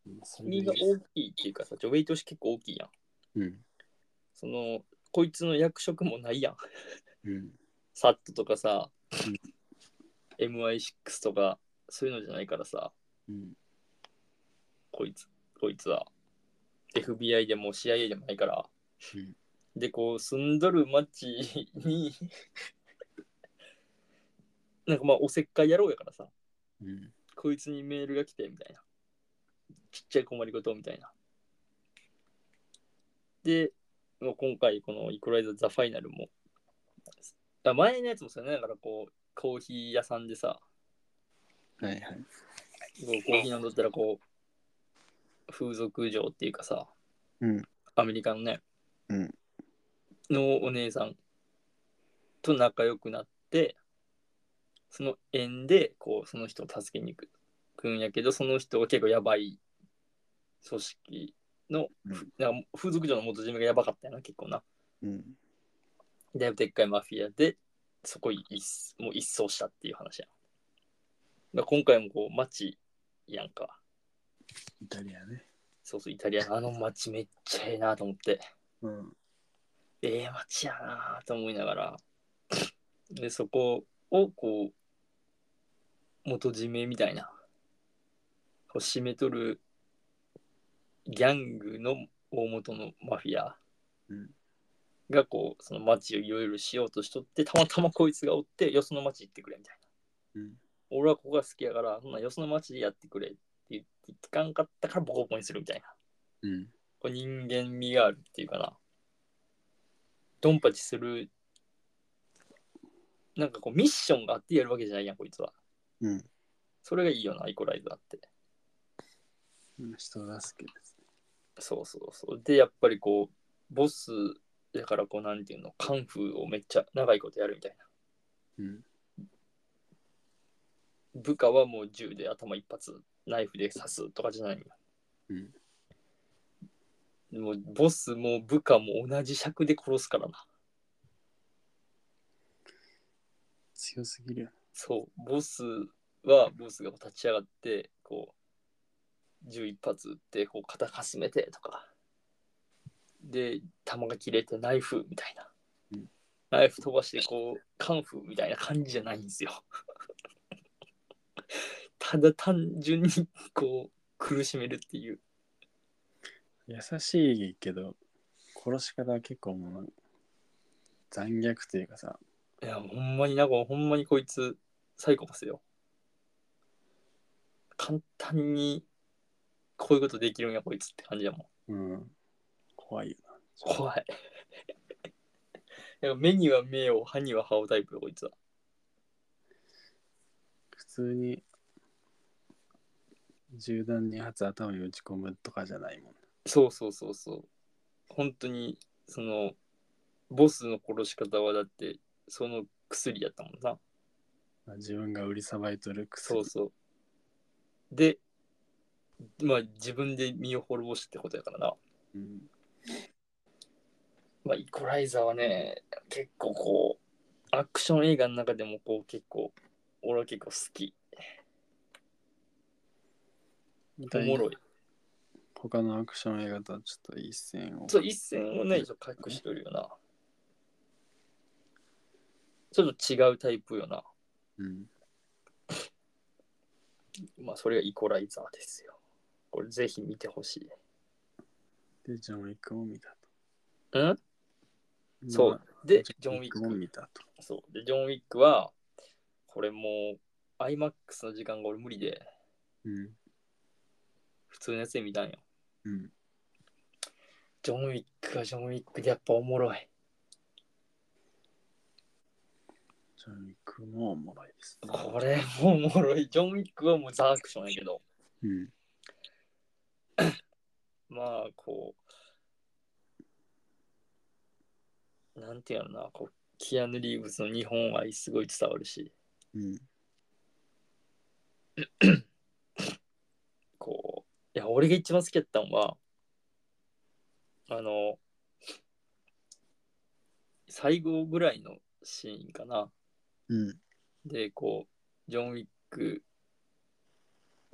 Speaker 2: うんそれで
Speaker 1: に
Speaker 2: いい
Speaker 1: が大きいっていうかさ、ジョベイトし結構大きいやん。
Speaker 2: うん。
Speaker 1: その、こいつの役職もないやん。
Speaker 2: うん。
Speaker 1: サットとかさ、MI6 とか、そういうのじゃないからさ、
Speaker 2: うん。
Speaker 1: こいつ、こいつは。FBI でも CIA でもないから。
Speaker 2: うん
Speaker 1: で、こう、住んどる町に、なんかまあ、おせっかいやろうやからさ、
Speaker 2: うん。
Speaker 1: こいつにメールが来て、みたいな。ちっちゃい困りごと、みたいな。で、もう今回、このイコライザー・ザ・ファイナルも、あ前のやつもそうやね、だからこう、コーヒー屋さんでさ、
Speaker 2: はいはい。
Speaker 1: こうコーヒー飲んどったらこう風俗嬢っていうかさ、
Speaker 2: うん
Speaker 1: アメリカのね、
Speaker 2: うん
Speaker 1: のお姉さんと仲良くなってその縁でこうその人を助けに行くんやけどその人は結構やばい組織の、
Speaker 2: うん
Speaker 1: なんか風俗嬢の元締めがやばかったよな結構な
Speaker 2: うん。
Speaker 1: だいぶでっかいマフィアでそこに一もう一掃したっていう話やんだから今回もこう街やんか
Speaker 2: イタリアね。
Speaker 1: そうそう、イタリアのあの街めっちゃええなと思って、
Speaker 2: うん。
Speaker 1: ええ街やなと思いながら、で、そこをこう、元締めみたいな、こう締めとるギャングの大元のマフィア
Speaker 2: うん
Speaker 1: がこう、その街をいろいろしようとしとって、たまたまこいつがおって、よその街行ってくれみたいな。
Speaker 2: うん。
Speaker 1: 俺はここが好きやから、そんなよその街でやってくれって言って聞かんかったからボコボコにするみたいな。
Speaker 2: うん。
Speaker 1: こう人間味があるっていうかなドンパチするなんかこうミッションがあってやるわけじゃないやんこいつは
Speaker 2: うん。
Speaker 1: それがいいよなイコライザーって
Speaker 2: 人助けですね。
Speaker 1: そうそうそうでやっぱりこうボスだからこうなんていうのカンフーをめっちゃ長いことやるみたいな
Speaker 2: うん。
Speaker 1: 部下はもう銃で頭一発ナイフで刺すとかじゃないんや
Speaker 2: うん
Speaker 1: でもボスも部下も同じ尺で殺すからな
Speaker 2: 強すぎるよね。
Speaker 1: そう、ボスはボスが立ち上がって、こう、11発撃って、こう、肩かすめてとか、で、弾が切れてナイフみたいな
Speaker 2: うん。
Speaker 1: ナイフ飛ばして、こう、カンフーみたいな感じじゃないんですよ。 <laughs> ただ単純に、こう、苦しめるっていう。
Speaker 2: 優しいけど、殺し方は結構もう、残虐というかさ、
Speaker 1: いや、ほんまになんか、ほんまにこいつ、サイコパスよ。簡単に、こういうことできるんや、こいつって感じやもん。
Speaker 2: うん。怖いよ
Speaker 1: 怖い。なんか目には目を、歯には歯をタイプよ、こいつは。
Speaker 2: 普通に銃弾2発頭に打ち込むとかじゃないもん
Speaker 1: そうそうそうそう。本当に、その、ボスの殺し方はだって、その薬やったもんな。
Speaker 2: まあ自分が売りさばいとるく
Speaker 1: そうそう。で、まあ自分で身を滅ぼしてってことやからな。
Speaker 2: うん、
Speaker 1: まあ、イコライザーはね、結構こう、アクション映画の中でもこう結構、俺は結構好き。おもろい。
Speaker 2: 他のアクション映画とはちょっと一線を
Speaker 1: そう、一線をね、ちょっと隠してるよな。ちょっと違うタイプよな。
Speaker 2: うん、
Speaker 1: まあ、それがイコライザーですよ。これぜひ見てほしい。
Speaker 2: でジョン・ウィックも見たと
Speaker 1: ん
Speaker 2: まあ
Speaker 1: そうで、ジョン・ウィッ
Speaker 2: も
Speaker 1: ク。
Speaker 2: 見たと
Speaker 1: そう。で、ジョン・ウィックは、これもう、IMAX の時間が俺無理で、
Speaker 2: うん
Speaker 1: 普通のやつで見たんよ。
Speaker 2: うん。
Speaker 1: ジョンウィックはジョンウィックでやっぱおもろい。
Speaker 2: ジョンウィックもおもろいです。
Speaker 1: これもおもろい。ジョンウィックはもうザアクションやけど、
Speaker 2: うん。
Speaker 1: まあこう、なんていうのな、こう、キアヌ・リーブスの日本愛すごい伝わるし、
Speaker 2: うん。
Speaker 1: こう、いや、俺が一番好きやったのは、あの、最後ぐらいのシーンかな。
Speaker 2: うん。
Speaker 1: で、こう、ジョン・ウィック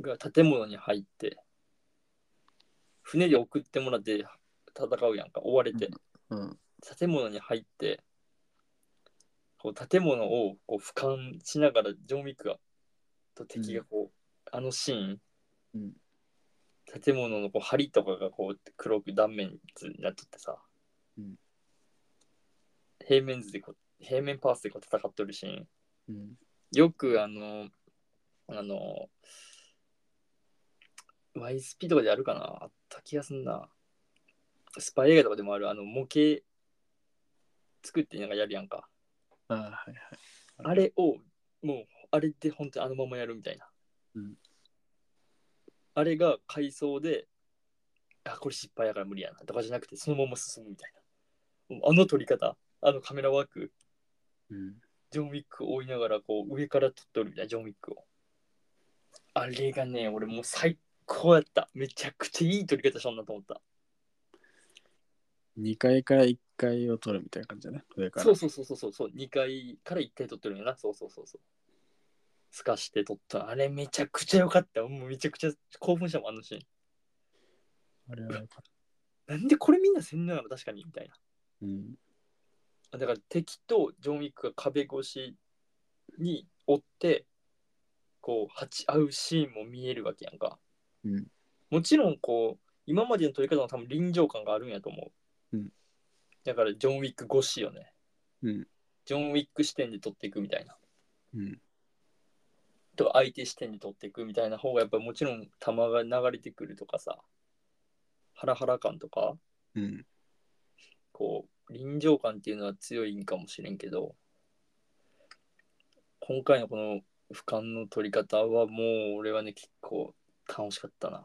Speaker 1: が建物に入って、船で送ってもらって戦うやんか、追われて、
Speaker 2: うん。
Speaker 1: 建物に入って、こう建物をこう俯瞰しながら、ジョン・ウィックがと敵がこう、あのシーン、
Speaker 2: うん
Speaker 1: 建物のこう梁とかがこう黒く断面図になっとってさ、
Speaker 2: うん
Speaker 1: 平面図でこう、平面パースでこう戦っとるシーン。
Speaker 2: うん。
Speaker 1: よくあの、あの、YSP とかであるかなあった気がすんな。スパイ映画とかでもある、あの、模型作ってなんかやるやんか。
Speaker 2: ああ、はいはい。
Speaker 1: あれを、もう、あれで本当にあのままやるみたいな。
Speaker 2: うん
Speaker 1: あれが回想で、あ、これ失敗やから無理やなとかじゃなくて、そのまま進むみたいな。もうあの撮り方、あのカメラワーク、
Speaker 2: うん。
Speaker 1: ジョン・ウィックを追いながらこう上から撮っとるみたいなジョン・ウィックを。あれがね、俺もう最高やった。めちゃくちゃいい撮り方したんだと思った。
Speaker 2: 2階から1階を取るみたいな感じだね。上から。
Speaker 1: そうそうそうそうそうそう、2回から1回撮ってるんやな。そうそうそうそう。透かして撮った。あれめちゃくちゃ良かった。もうめちゃくちゃ興奮したもん、あのシーン。
Speaker 2: あれはよかっ
Speaker 1: なんでこれみんなせんのやろ、確かに、みたいな。
Speaker 2: た。うん。
Speaker 1: あだから敵とジョン・ウィックが壁越しに追ってこう鉢合うシーンも見えるわけやんか、
Speaker 2: うん
Speaker 1: もちろんこう今までの撮り方の多分臨場感があるんやと思う、
Speaker 2: うん
Speaker 1: だからジョン・ウィック越しよね、
Speaker 2: うん
Speaker 1: ジョン・ウィック視点で撮っていくみたいな
Speaker 2: うん。
Speaker 1: と相手視点で撮っていくみたいな方がやっぱもちろん弾が流れてくるとかさハラハラ感とか
Speaker 2: うん。
Speaker 1: こう臨場感っていうのは強いんかもしれんけど今回のこの俯瞰の取り方はもう俺はね結構楽しかったな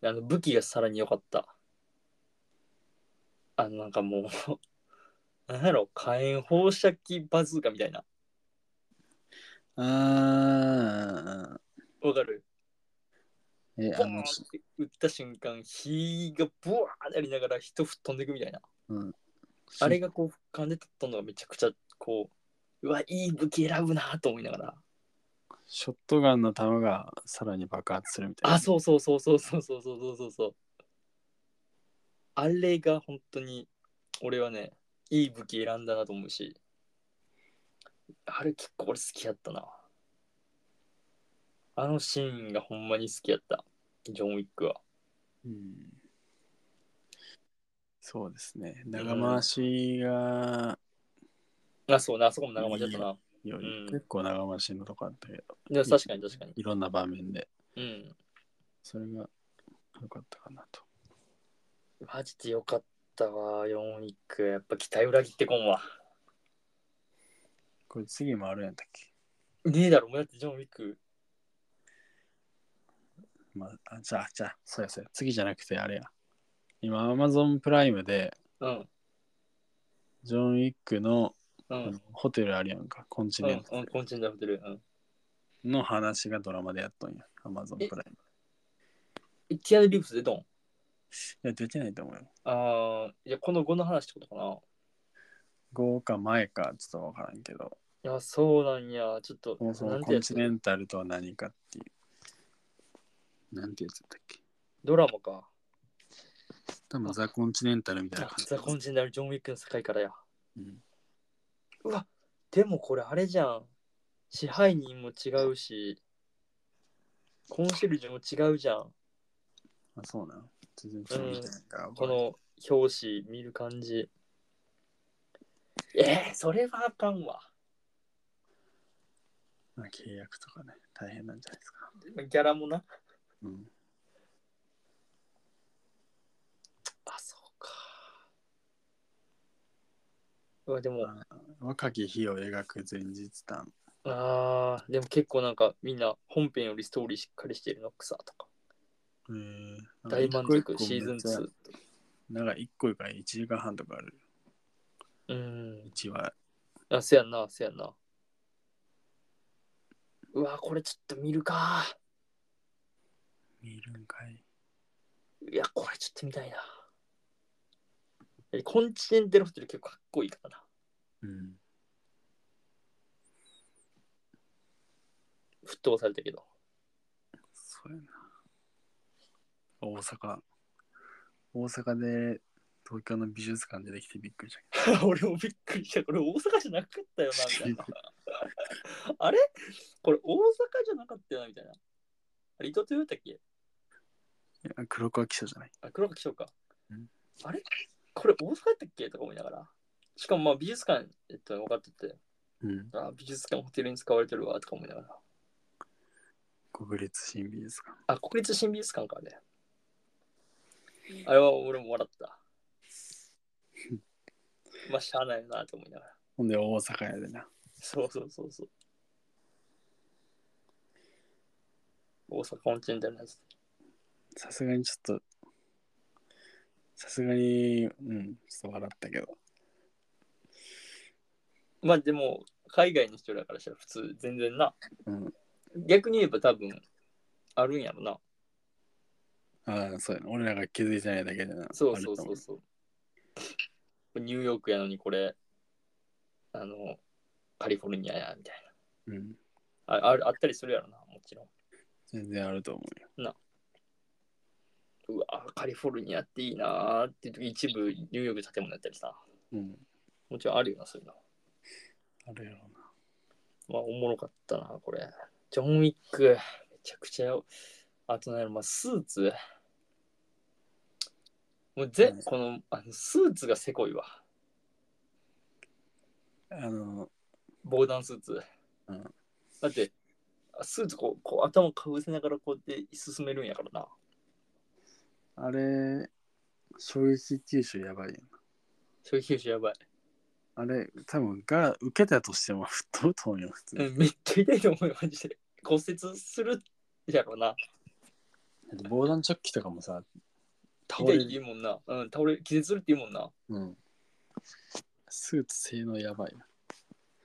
Speaker 1: であの武器がさらに良かったあのなんかもう <laughs> なんやろ火炎放射器バズーカみたいな
Speaker 2: ああ。
Speaker 1: わかる
Speaker 2: え、
Speaker 1: ボ
Speaker 2: あ
Speaker 1: ーンっ
Speaker 2: の、
Speaker 1: て撃った瞬間火がブワーってなりながら人吹っ飛んでいくみたいなあれ
Speaker 2: が。
Speaker 1: がこう、感じ取ったのがめちゃくちゃ、こう、うわ、いい武器選ぶなと思いながら。
Speaker 2: ショットガンの弾がさらに爆発するみたいな。
Speaker 1: あ、そうそうそうそうそうそうそうそうそうそう。あれが本当に、俺はね、いい武器選んだなと思うし、あれ結構俺好きやったな。あのシーンがほんまに好きやった。ジョン・ウィックは。
Speaker 2: うんそうですね。長回しが
Speaker 1: あ、そうな、あそこも長持ちやったな。
Speaker 2: よ
Speaker 1: う
Speaker 2: り、
Speaker 1: ん
Speaker 2: 結構長回しのとこあったけど、
Speaker 1: いや確かに確かに。
Speaker 2: いろんな場面で、
Speaker 1: うん。
Speaker 2: それが良かったかなと。
Speaker 1: マジでよかったわ、4一区。やっぱ期待裏切ってこんわ。
Speaker 2: これ次もあるやったっけ
Speaker 1: ねえだろ、もうだってジョン・ウィック。
Speaker 2: まあ、あじゃあ、じゃあ、そうやそうや。次じゃなくてあれや。今、Amazon プライムで、
Speaker 1: うん、
Speaker 2: ジョン・ウィックの
Speaker 1: うん、う
Speaker 2: あ
Speaker 1: ん
Speaker 2: の、ホテルあるやんか、コンチネン
Speaker 1: うん、コンチェンダーホテル。うん。
Speaker 2: トの話がドラマでやっとんや。Amazon プライム。
Speaker 1: えティアヌ・リーブスでドン。
Speaker 2: いや、出てないと思うよ。
Speaker 1: ああ、いや、この後の話ってことかな。
Speaker 2: 豪華前か、ちょっとわからんけど。
Speaker 1: いや、そうなんや。ちょっと、
Speaker 2: そうそう、
Speaker 1: なん
Speaker 2: コ
Speaker 1: てや
Speaker 2: ンチ
Speaker 1: つ
Speaker 2: ネンタルとは何かっていう。なんてやつだったっけ
Speaker 1: ドラマか。
Speaker 2: 多分ザ・コンチネンタルみたいな
Speaker 1: あ
Speaker 2: 感じ。
Speaker 1: ザ・コンチェンダージョン・ウィックの世界からや。
Speaker 2: うん
Speaker 1: うわ、でもこれあれじゃん。支配人も違うし、コンシェルジュも違うじゃん。
Speaker 2: あ、そうなの全然違うみたいなから。
Speaker 1: この表紙見る感じ。えー、それはあかんわ。
Speaker 2: まあ契約とかね、大変なんじゃないですか。
Speaker 1: ギャラもな。
Speaker 2: うん。
Speaker 1: うわでも
Speaker 2: 若き日を描く前日談。
Speaker 1: あーでも結構なんかみんな本編よりストーリーしっかりしてるの草とか
Speaker 2: えー
Speaker 1: 大満
Speaker 2: 一個一
Speaker 1: 足
Speaker 2: 個
Speaker 1: シーズン
Speaker 2: めっちゃ
Speaker 1: 2
Speaker 2: なんか1個以外1時間半とかある。
Speaker 1: うん
Speaker 2: 1話。
Speaker 1: あせやんなせやんなうわこれちょっと見るか
Speaker 2: 見るんかい。
Speaker 1: いやこれちょっと見たいなえコンチネンテルホテル結構かっこいいからな
Speaker 2: うん。
Speaker 1: 沸騰されたけど
Speaker 2: そうやな。大阪。大阪で東京の美術館出てきてびっくりしたけ。
Speaker 1: <laughs> 俺もびっくりした。これ大阪じゃなかったよな、みたいな <laughs> あれこれ大阪じゃなかったよな、みたいな。あれ、伊藤と言ったっけ
Speaker 2: どいや。黒川記者じゃない。
Speaker 1: あ、黒木翔か
Speaker 2: うん。
Speaker 1: あれこれ大阪やったっけとか思いながら。しかもまあ美術館、えっと、分かってて、
Speaker 2: うん。
Speaker 1: あ美術館ホテルに使われてるわ、とか思いながら。
Speaker 2: 国立新美術館。
Speaker 1: あ、国立新美術館かね。あれは俺も笑
Speaker 2: <laughs>
Speaker 1: った。まあ、しゃあないよな、と思いながら。
Speaker 2: ほんで大阪やでな。
Speaker 1: そうそうそうそう。大阪温泉じゃないです。
Speaker 2: さすがにちょっと、さすがに、うん、ちょっと笑ったけど。
Speaker 1: まあでも、海外の人だからしたら普通全然な。
Speaker 2: うん。
Speaker 1: 逆に言えば多分、あるんやろな。
Speaker 2: ああ、そうやな。俺らが気づいてないだけでな。
Speaker 1: そうそう
Speaker 2: ある
Speaker 1: そ
Speaker 2: と思
Speaker 1: うそう。ニューヨークやのにこれ、あの、カリフォルニアやみたい
Speaker 2: うん。
Speaker 1: な。ああるあったりするやろな、もちろん。
Speaker 2: 全然あると思うよ。
Speaker 1: うわ、カリフォルニアっていいなーっていう時一部ニューヨーク建物だったりさ。
Speaker 2: うん。
Speaker 1: もちろんあるよな、そういうの。
Speaker 2: あるやろな。
Speaker 1: まあ、おもろかったな、これ。ジョン・ウィック、めちゃくちゃよ。あとね、まあ、スーツ。もうぜ、
Speaker 2: うん
Speaker 1: このあのスーツがせこいわ。
Speaker 2: あの、
Speaker 1: 防弾スーツ。
Speaker 2: うん
Speaker 1: だって、スーツこうこう頭かぶせながらこうやって進めるんやからな。
Speaker 2: あれ、衝撃吸収やばいよな。
Speaker 1: そういうやばい。
Speaker 2: あれ、多分が受けたとしても <laughs> 吹っ飛ぶと思うよ、普通に。
Speaker 1: うん、めっちゃ痛いと思いまして。骨折するやろな。
Speaker 2: だって防弾チョッキとかもさ、倒
Speaker 1: 痛
Speaker 2: れ
Speaker 1: いって言
Speaker 2: る。
Speaker 1: うもんな。うん、倒れ、気絶するって言うもんな。
Speaker 2: うん。スーツ性能やばいな。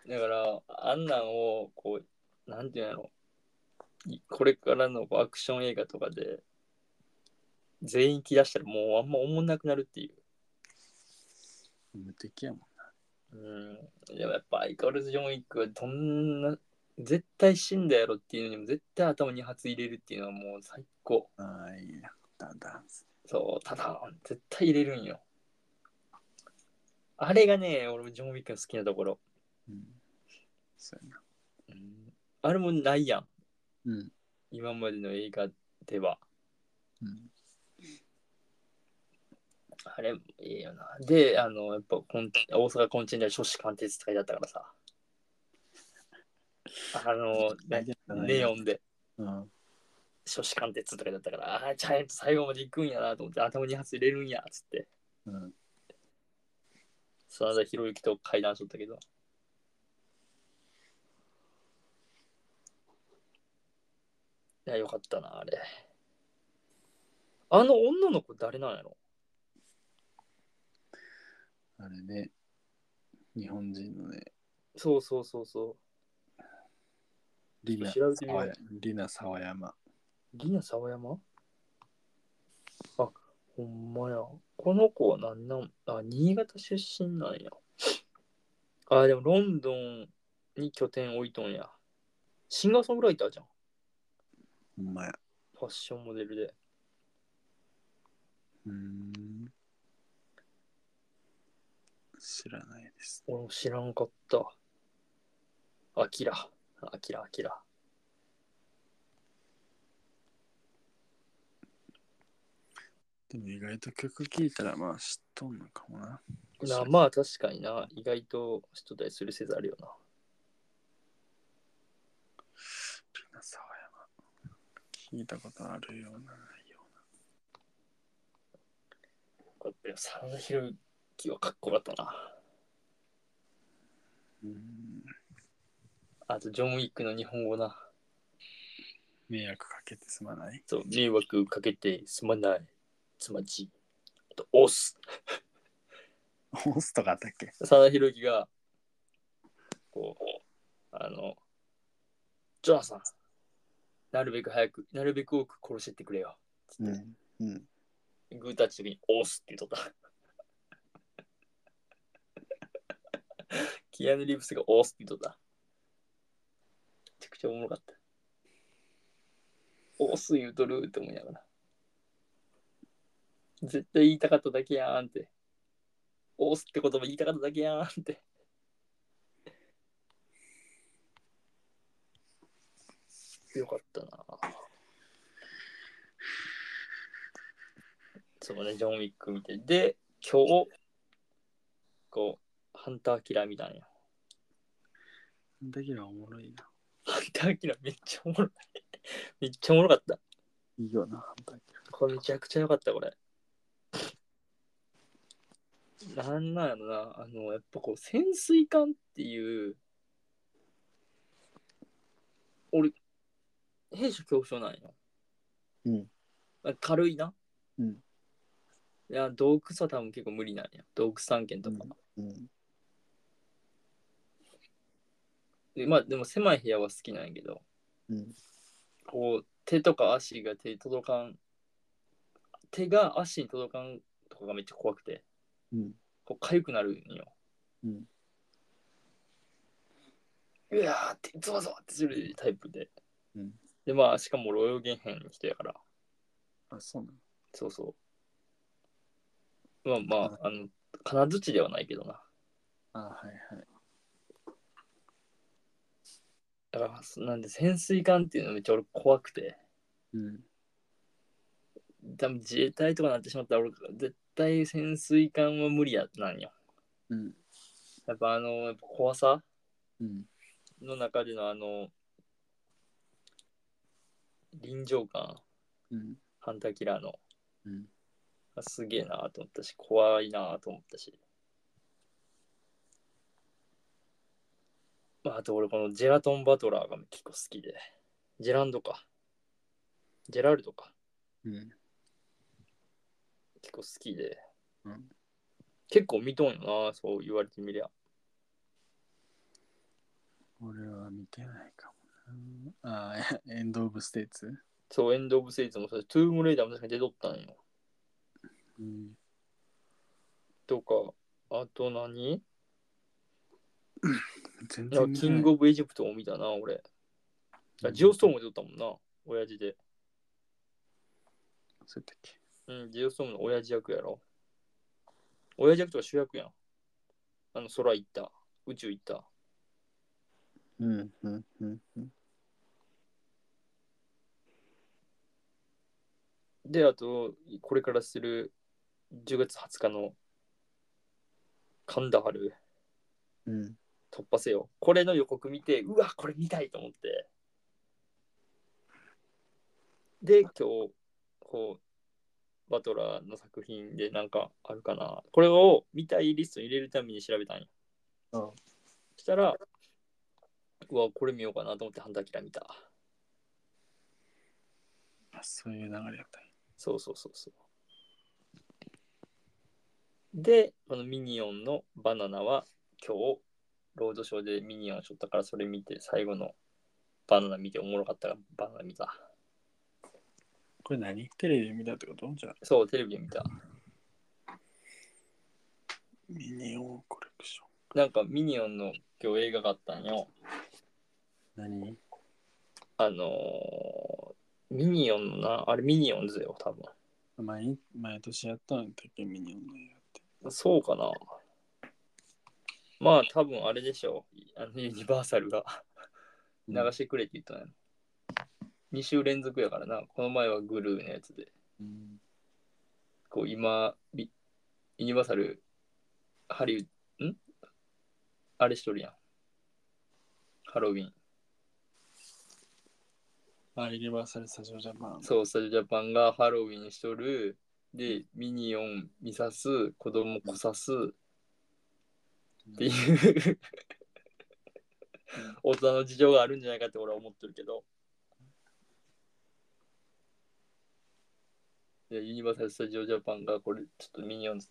Speaker 1: だから、あんなんを、こう、なんていうんやろいこれからのこうアクション映画とかで、全員着出したらもうあんま思んなくなるっていう。
Speaker 2: 無敵やもん。
Speaker 1: うん。でもやっぱ相変わらずジョン・ウィックはどんな、絶対死んだやろっていうのにも絶対頭に発入れるっていうのはもう最高。
Speaker 2: ああ、いいな。だんだん。
Speaker 1: そう、ただ、絶対入れるんよ。あれがね、俺もジョン・ウィックの好きなところ。
Speaker 2: うん。そうやな。
Speaker 1: うん、あれもないやん。
Speaker 2: うん。
Speaker 1: 今までの映画では。
Speaker 2: うん。
Speaker 1: あれ、いいよな。で、あの、やっぱコン、大阪コンチェンジャー書士官鉄使いだったからさ。あの、ねネオンで
Speaker 2: うん。
Speaker 1: 書士官鉄とかだったから、ああ、ちゃんと最後まで行くんやなと思って、頭に発入れるんや、つって。
Speaker 2: うん。
Speaker 1: 真田広之と会談しとったけど。いや、よかったな、あれ。あの女の子誰なんやろ
Speaker 2: あれね、日本人のね、
Speaker 1: そうそうそうそう。
Speaker 2: リナ
Speaker 1: 調べてみよう
Speaker 2: 沢山リナ沢山。
Speaker 1: ギナ沢山あ、ほんまや。この子はなんなんあ、新潟出身なんや。あ、でもロンドンに拠点置いとんや。シンガーソングライターじゃん。
Speaker 2: ほんまや。
Speaker 1: ファッションモデルで。
Speaker 2: うーん。知らないです。
Speaker 1: 俺も知らんかった。アキラ。アキラ、アキラ。
Speaker 2: でも意外と曲聴いたらまあ知っとんのかもな。
Speaker 1: なまあ確かにな。意外と人たりするせずあるよな。
Speaker 2: リナ沢山。聞いたことあるような内容。
Speaker 1: これ真田広之はかっこよかったな。
Speaker 2: うん
Speaker 1: あと、ジョン・ウィックの日本語な。
Speaker 2: 迷惑かけてすまない。
Speaker 1: そう、迷惑かけてすまない。つまち。あと、オス。
Speaker 2: ホストがあったっけ
Speaker 1: 佐田博之が、こう、あの、ジョナさん、なるべく早く、なるべく多く殺してってくれよ。つって
Speaker 2: ん。うん。
Speaker 1: グータッチの時に、オスって言っとった。 <laughs> キアヌ・リーブスがオスって言っとった。めちゃくちゃおもろかった。オス言うとるって思いながら。絶対言いたかっただけやんって。オスって言葉言いたかっただけやんって。よかったな。そうね、ジョン・ウィック見て。で、今日、こう、ハンターキラー見たんや。
Speaker 2: だけはおもろいな。
Speaker 1: <laughs> ハンターキラーめっちゃおもろい。めっちゃおもろかった。
Speaker 2: いいよな、反対。
Speaker 1: これめちゃくちゃ良かった、これ。なんなんやろな、あの、やっぱこう、潜水艦っていう、俺、兵所恐怖症なんよ。
Speaker 2: うん。
Speaker 1: あ軽いな。
Speaker 2: うん。
Speaker 1: いや、洞窟は多分結構無理なんや。洞窟探検とか。
Speaker 2: うん。
Speaker 1: でまあ、でも狭い部屋は好きなんやけど。
Speaker 2: うん。
Speaker 1: こう手とか足が手に届かん手が足に届かんとかがめっちゃ怖くて
Speaker 2: うん。
Speaker 1: こう痒くなるんよ、
Speaker 2: うん、
Speaker 1: うわーってゾワゾワってするタイプで、
Speaker 2: うん
Speaker 1: でまあしかも俺泳げへん人やから
Speaker 2: あ、そうなの
Speaker 1: そうそうまあまああの金槌ではないけどな
Speaker 2: あ、はいはい。
Speaker 1: だからそなんで潜水艦っていうのめっちゃ俺怖くて
Speaker 2: うん。
Speaker 1: 多分自衛隊とかなってしまったら俺絶対潜水艦は無理やなんよ
Speaker 2: うん。
Speaker 1: やっぱあのやっぱ怖さ
Speaker 2: うん。
Speaker 1: の中でのあの臨場感
Speaker 2: うん。
Speaker 1: ハンターキラーの、
Speaker 2: うん
Speaker 1: あすげえなと思ったし怖いなと思ったし、まあ、あと俺このジェラトン・バトラーが結構好きでジェランドかジェラルドか
Speaker 2: うん。
Speaker 1: 結構好きで、
Speaker 2: うん
Speaker 1: 結構見とんよなそう言われてみりゃ
Speaker 2: 俺は見てないかもな。あ <laughs> ー、エンド・オブ・ステイツ
Speaker 1: そうエンド・オブ・セイズもそうトゥーム・レイダーも確かに出とったんよ
Speaker 2: うん。
Speaker 1: とかあと何
Speaker 2: 全
Speaker 1: いや
Speaker 2: 然見て
Speaker 1: キ
Speaker 2: ない
Speaker 1: ングオブエジプトを見たな、俺。あジオストームも出とったもんな、親父で。
Speaker 2: そうやったっけ
Speaker 1: うん、ジオストームの親父役やろ。親父役とか主役やん。あの、空行った。宇宙行った。
Speaker 2: うん。うん。うん。うん。
Speaker 1: で、あと、これからする10月20日のカンダハル
Speaker 2: うん。
Speaker 1: 突破せよ。これの予告見て、うわ、これ見たいと思って。で、今日、こう、バトラーの作品でなんかあるかな。これを見たいリストに入れるために調べたんよ。
Speaker 2: うん
Speaker 1: したら、うわ、これ見ようかなと思ってハンターキラー見た。
Speaker 2: あそういう流れやったんや。
Speaker 1: そうそうそうそう。で、このミニオンのバナナは今日、ロードショーでミニオンしょったからそれ見て、最後のバナナ見ておもろかったからバナナ見た。
Speaker 2: これ何テレビで見たってことじゃあ、
Speaker 1: そう、テレビで見た。
Speaker 2: ミニオンコレクション。
Speaker 1: なんかミニオンの今日映画があったんよ。
Speaker 2: 何
Speaker 1: あのーミニオンのな、あれミニオンズよ、多分。
Speaker 2: 毎毎年やったのに、けミニオンの映画って。
Speaker 1: そうかな。まあ多分あれでしょう。あのユニバーサルが。流してくれって言ったのよ、2週連続やからなこの前はグルーのやつで
Speaker 2: うん。
Speaker 1: こう今ビユニバーサルハリウッドんあれしとるやんハロウィン
Speaker 2: あ、ユニバーサル・スタジオ・ジャパン。
Speaker 1: そうスタジオジャパンがハロウィンしとるでミニオン見さす子供こさすっていう大人の事情があるんじゃないかって俺は思ってるけど。いやユニバーサル・スタジオ・ジャパンがこれちょっとミニオンズ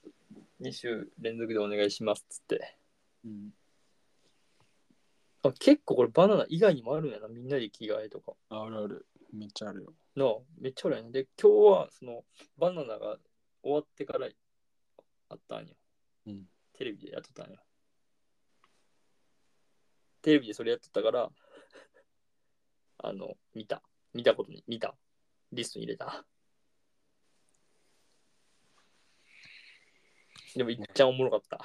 Speaker 1: 2週連続でお願いしますっつって
Speaker 2: うん、
Speaker 1: あ結構これバナナ以外にもあるんやなみんなで着替えとか
Speaker 2: ああるある。めっちゃあるよ。
Speaker 1: なあめっちゃあるやんで今日はそのバナナが終わってからあったんや、
Speaker 2: うん
Speaker 1: テレビでやっとったんやテレビでそれやっとったから <laughs> あの見た見たことに見たリストに入れたでもいっちゃんおもろかった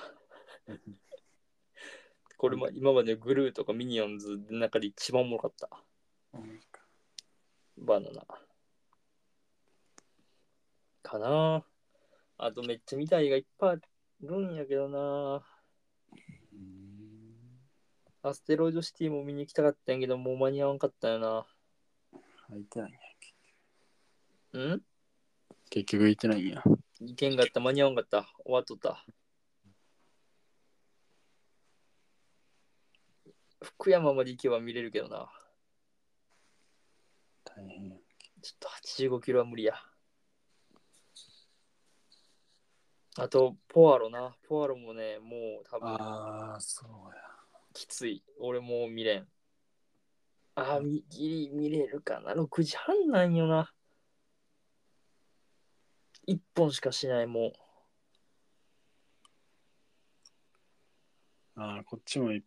Speaker 1: これも今までグルーとかミニオンズの中で一番おもろかったバナナ。かなああとめっちゃ見たい映画いっぱいあるんやけどな
Speaker 2: うん
Speaker 1: アステロイドシティも見に行きたかったんやけど、もう間に合わんかったよな。
Speaker 2: 入ってないんや。
Speaker 1: ん
Speaker 2: 結局行ってないんや。
Speaker 1: 意見があった、間に合わんかった。終わっとった。福山まで行けば見れるけどな。
Speaker 2: 大変や。
Speaker 1: ちょっと85キロは無理や。あと、ポアロな。ポアロもね、もう多分。
Speaker 2: ああ、そうや。
Speaker 1: きつい。俺もう見れん。ああ、みギリ見れるかな。6時半なんよな。1本しかしない、もう。
Speaker 2: ああ、こっちもい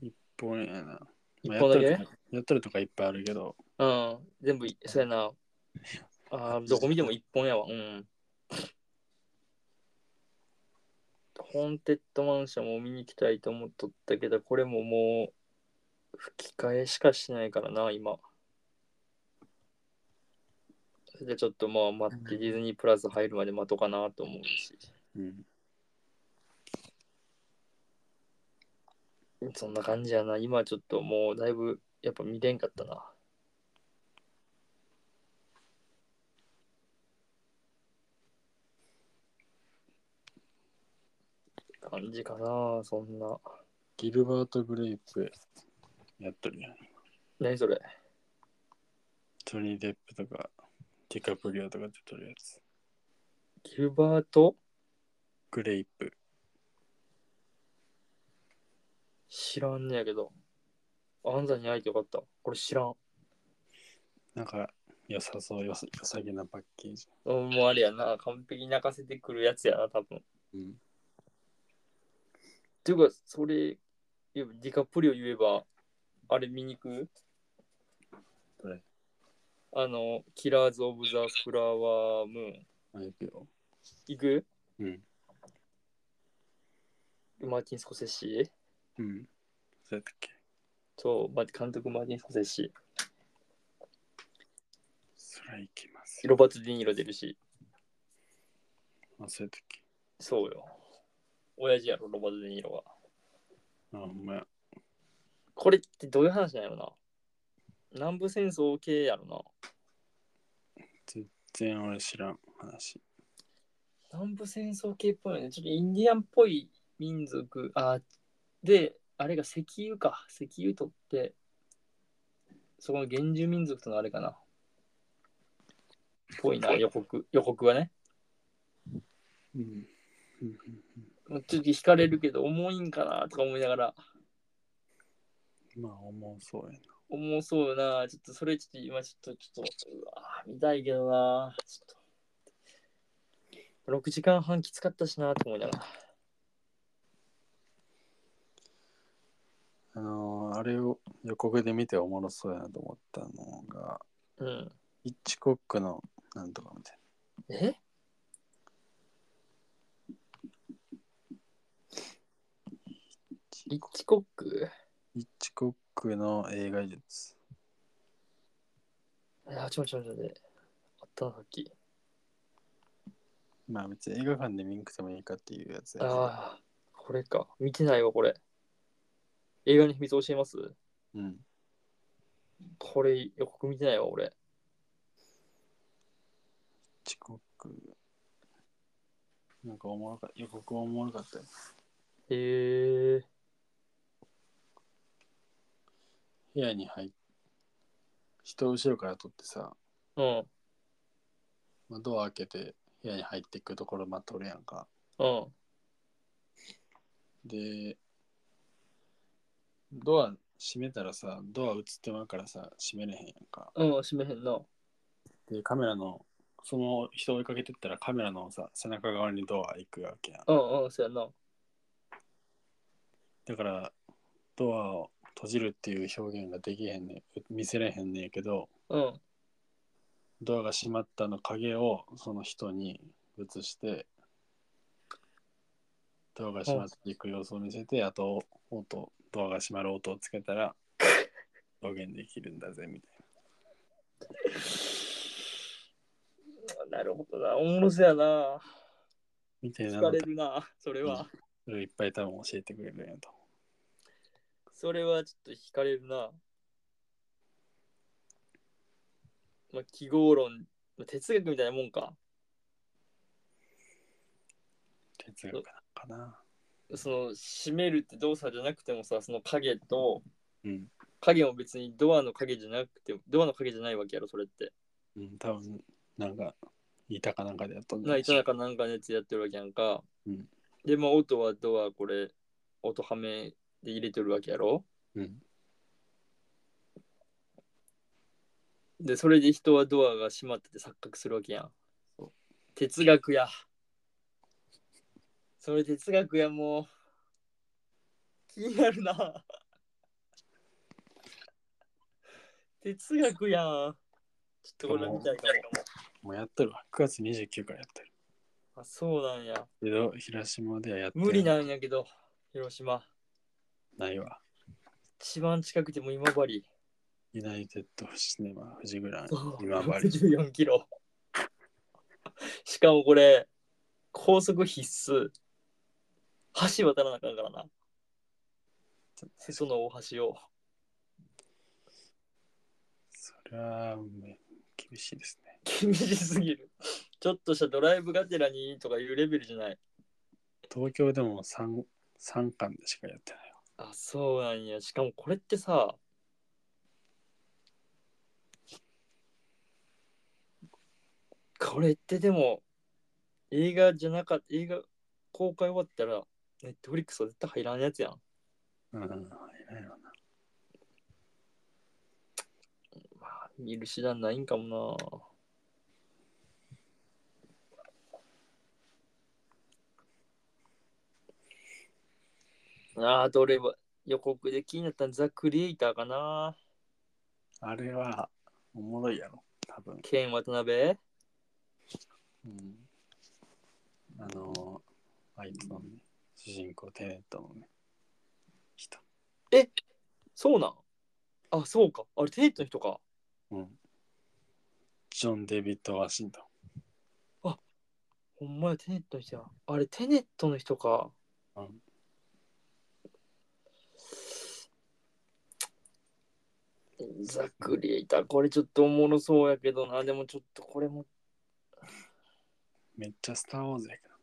Speaker 2: 一本やな。まあ
Speaker 1: 一本だけ
Speaker 2: やっとるとかやっとるとかいっぱいあるけど。
Speaker 1: うん。全部い、そうやな。ああ、どこ見ても1本やわ。うん。ホーンテッドマンションも見に行きたいと思っとったけど、これももう、吹き替えしかしないからな、今。それでちょっとまあ待って、ディズニープラス入るまで待とうかなと思うし、
Speaker 2: うん。
Speaker 1: そんな感じやな。今ちょっともうだいぶやっぱ見れんかったな。感じかな、そんな。
Speaker 2: ギルバート・グレイプやっとるやん。
Speaker 1: 何それ
Speaker 2: トニー・デップとか、ディカプリオとか出とるやつ。
Speaker 1: ギルバート
Speaker 2: グレイプ。
Speaker 1: 知らんねやけど。あんざに会えてよかった。これ知らん。
Speaker 2: なんか、良さそう、良さ良さげなパッケージ。
Speaker 1: うんもうあれやな。完璧に泣かせてくるやつやな、多分。
Speaker 2: うん。
Speaker 1: ていうか、それ、ディカプリオ言えば、あれ見に行く
Speaker 2: どれ
Speaker 1: あの、キラーズ・オブ・ザ・フラワームーン。
Speaker 2: あ、行くよ。
Speaker 1: 行く
Speaker 2: うん。
Speaker 1: マーティン・スコセッシ
Speaker 2: うん。そうやったっけ
Speaker 1: そう、ま監督マーティン・スコセッシ
Speaker 2: そら行きます。
Speaker 1: ロバート・ディニーロ出るし、
Speaker 2: あ、そうやったっけ
Speaker 1: そうよ。親父やろ、ロバート・ディニーロは。
Speaker 2: あ、ほんまや。
Speaker 1: これってどういう話なんやろな南部戦争系やろな
Speaker 2: 全然俺知らん話。
Speaker 1: 南部戦争系っぽいよね。ちょっとインディアンっぽい民族。あ、で、あれが石油か。石油取って、そこの原住民族とのあれかな。っぽいな、予告。予告はね。
Speaker 2: うん。うん
Speaker 1: ちょっと惹かれるけど、重いんかなとか思いながら、
Speaker 2: まあ、思うそうやな。
Speaker 1: 重そうよな。ちょっとそれちょっと今ちょっと、ちょっと、うわ見たいけどな。ちょっと。6時間半きつかったしなと思いながら。
Speaker 2: あのーあれを予告で見ておもろそうやなと思ったのが、
Speaker 1: うん。
Speaker 2: イッチコックのなんとかみたい
Speaker 1: えイッチコック
Speaker 2: な。イッチコックの映画術。
Speaker 1: あ、ちょちょちょで。あったな、さっき。
Speaker 2: まあ別に映画館で見んくてもいいかっていうやつやけど
Speaker 1: ああ、これか。見てないわ、これ。映画の秘密教えます
Speaker 2: うん。
Speaker 1: これ予告見てないわ、俺。
Speaker 2: 遅刻なんかおもろか予告おもろかったよ
Speaker 1: へえ。
Speaker 2: 部屋に入っ人を後ろから撮ってさ、
Speaker 1: うん。
Speaker 2: まあ、ドア開けて部屋に入っていくところまあ撮るやんか
Speaker 1: うん。
Speaker 2: でドア閉めたらさドア映ってまうからさ閉めれへんやんか
Speaker 1: うん、閉めへんな。
Speaker 2: でカメラのその人を追いかけてったらカメラのさ背中側にドア行くわけやん
Speaker 1: うんうん、そうやな。
Speaker 2: だからドアを閉じるっていう表現ができへんね見せれへんねんけど
Speaker 1: うん。
Speaker 2: ドアが閉まったの影をその人に移してドアが閉まっていく様子を見せて、あと音ドアが閉まる音をつけたら表現できるんだぜみたい
Speaker 1: なるほどな。おもろそうやな。
Speaker 2: なみたいな
Speaker 1: 疲
Speaker 2: の
Speaker 1: れるな、それは。
Speaker 2: それをいっぱい多分教えてくれるんやと
Speaker 1: それはちょっと惹かれるな。まあ、記号論、まあ哲学みたいなもんか。
Speaker 2: 哲学かな
Speaker 1: その、閉めるって動作じゃなくてもさ、その影と、
Speaker 2: うん、
Speaker 1: 影も別にドアの影じゃなくて、ドアの影じゃないわけやろ、それって。
Speaker 2: うん、多分なんか板かなんかでやったんじゃ
Speaker 1: な、
Speaker 2: ない
Speaker 1: いたなかなんかのやつやってるわけやんか。
Speaker 2: うん
Speaker 1: で、まあ、音はドア、これ、音はめで入れてるわけやろ。
Speaker 2: うん
Speaker 1: で、それで人はドアが閉まってて錯覚するわけやん
Speaker 2: そ。
Speaker 1: 哲学や。それ哲学やもう。気になるな。哲学やん。ちょっとこれ見たいかも。
Speaker 2: もうやっとるわ9月29からやってる
Speaker 1: あ、そうなんや。
Speaker 2: けど広島ではやって
Speaker 1: 無理なんやけど、広島。
Speaker 2: ないわ
Speaker 1: 一番近くても今治。
Speaker 2: ユナイテッドシネマ、富士グラン
Speaker 1: そ、う
Speaker 2: 今治。
Speaker 1: 64キロ。しかもこれ、高速必須。橋渡らなあかんからな。瀬戸の大橋を。
Speaker 2: それは、ね、厳しいですね。
Speaker 1: 厳しすぎる。ちょっとしたドライブがてらにとかいうレベルじゃない。
Speaker 2: 東京でも 3, 3巻でしかやってないわ。
Speaker 1: あ、そうなんや。しかもこれってさ、これってでも、映画じゃなかった、映画公開終わったら、ネットフリックスは絶対入らんやつやん。
Speaker 2: うん、偉いわな。
Speaker 1: まあ、見る手段ないんかもな。ああ、どれは予告で気になったのザ・クリエイターかな。
Speaker 2: あれは、おもろいやろ、多分。
Speaker 1: ケン・渡辺
Speaker 2: うん、あの、あいつのね、主人公テネットのね、人。
Speaker 1: そうなんあ、そうか。あれ、テイトの人か。
Speaker 2: うん。ジョン・デビッド・ワシントン。
Speaker 1: ほんまや、テネットの人や。あれ、テネットの人か。
Speaker 2: うん
Speaker 1: ザ・クリエイター、これちょっとおもろそうやけどな。でもちょっとこれも
Speaker 2: めっちゃスター・ウォーズやけど。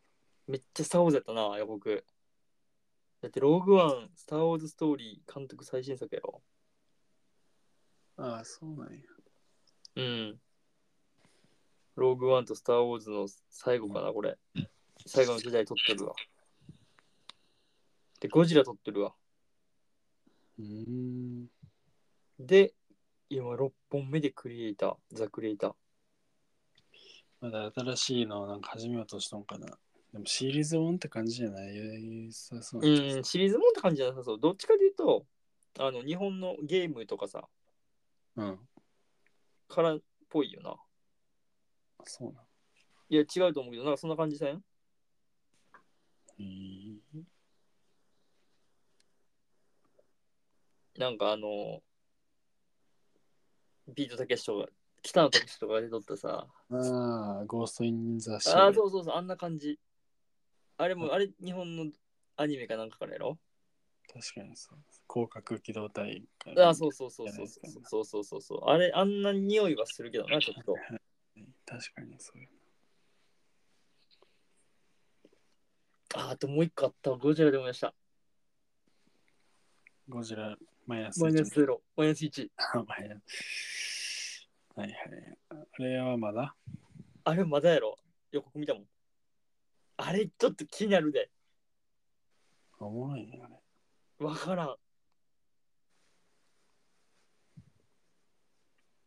Speaker 1: めっちゃスター・ウォーズやったな、予告。だって、ローグワン、スター・ウォーズ・ストーリー、監督最新作やろ。
Speaker 2: ああ、そうなんや。
Speaker 1: うん。ローグワンとスター・ウォーズの最後かな、これ。最後の時代撮ってるわ。で、ゴジラ撮ってるわ。
Speaker 2: うーん。
Speaker 1: で、今6本目でクリエイター、ザ・クリエイター。
Speaker 2: まだ新しいのをなんか始めようとしたのかな。でもシリーズもんって感じじゃないさそうな気がす
Speaker 1: う
Speaker 2: る
Speaker 1: ん、シリーズもんって感じじゃなさそう。どっちかで言うと、あの、日本のゲームとかさ、
Speaker 2: うん。
Speaker 1: からっぽいよな。
Speaker 2: そうなの。
Speaker 1: いや、違うと思うけど、なんかそんな感じせん
Speaker 2: へえ
Speaker 1: なんかあの、ビートたけしとか、北野たけしとかが出とったさ、
Speaker 2: ああ、ゴースト・イン・ザ・シ
Speaker 1: ああ、
Speaker 2: ー
Speaker 1: そうそうそう、あんな感じ。あれも、あれ、日本のアニメかなんかからやろ
Speaker 2: 確かにそう。広角機動隊から
Speaker 1: ああ、そうそうそうそうそうそうそうそうそう。あれ、あんな匂いはするけどな、ちょっ
Speaker 2: <laughs>
Speaker 1: と。
Speaker 2: 確かにそういう。
Speaker 1: ああ、あともう一個あったわ。ゴジラで思い出した。
Speaker 2: ゴジラマイナス
Speaker 1: マイナ
Speaker 2: 1
Speaker 1: スゼロ、マイナス1。
Speaker 2: マイナスはいはい。あれはまだ
Speaker 1: あれまだやろ予告見たもん。あれちょっと気になるで。
Speaker 2: おもろいね、あれ。
Speaker 1: わからん。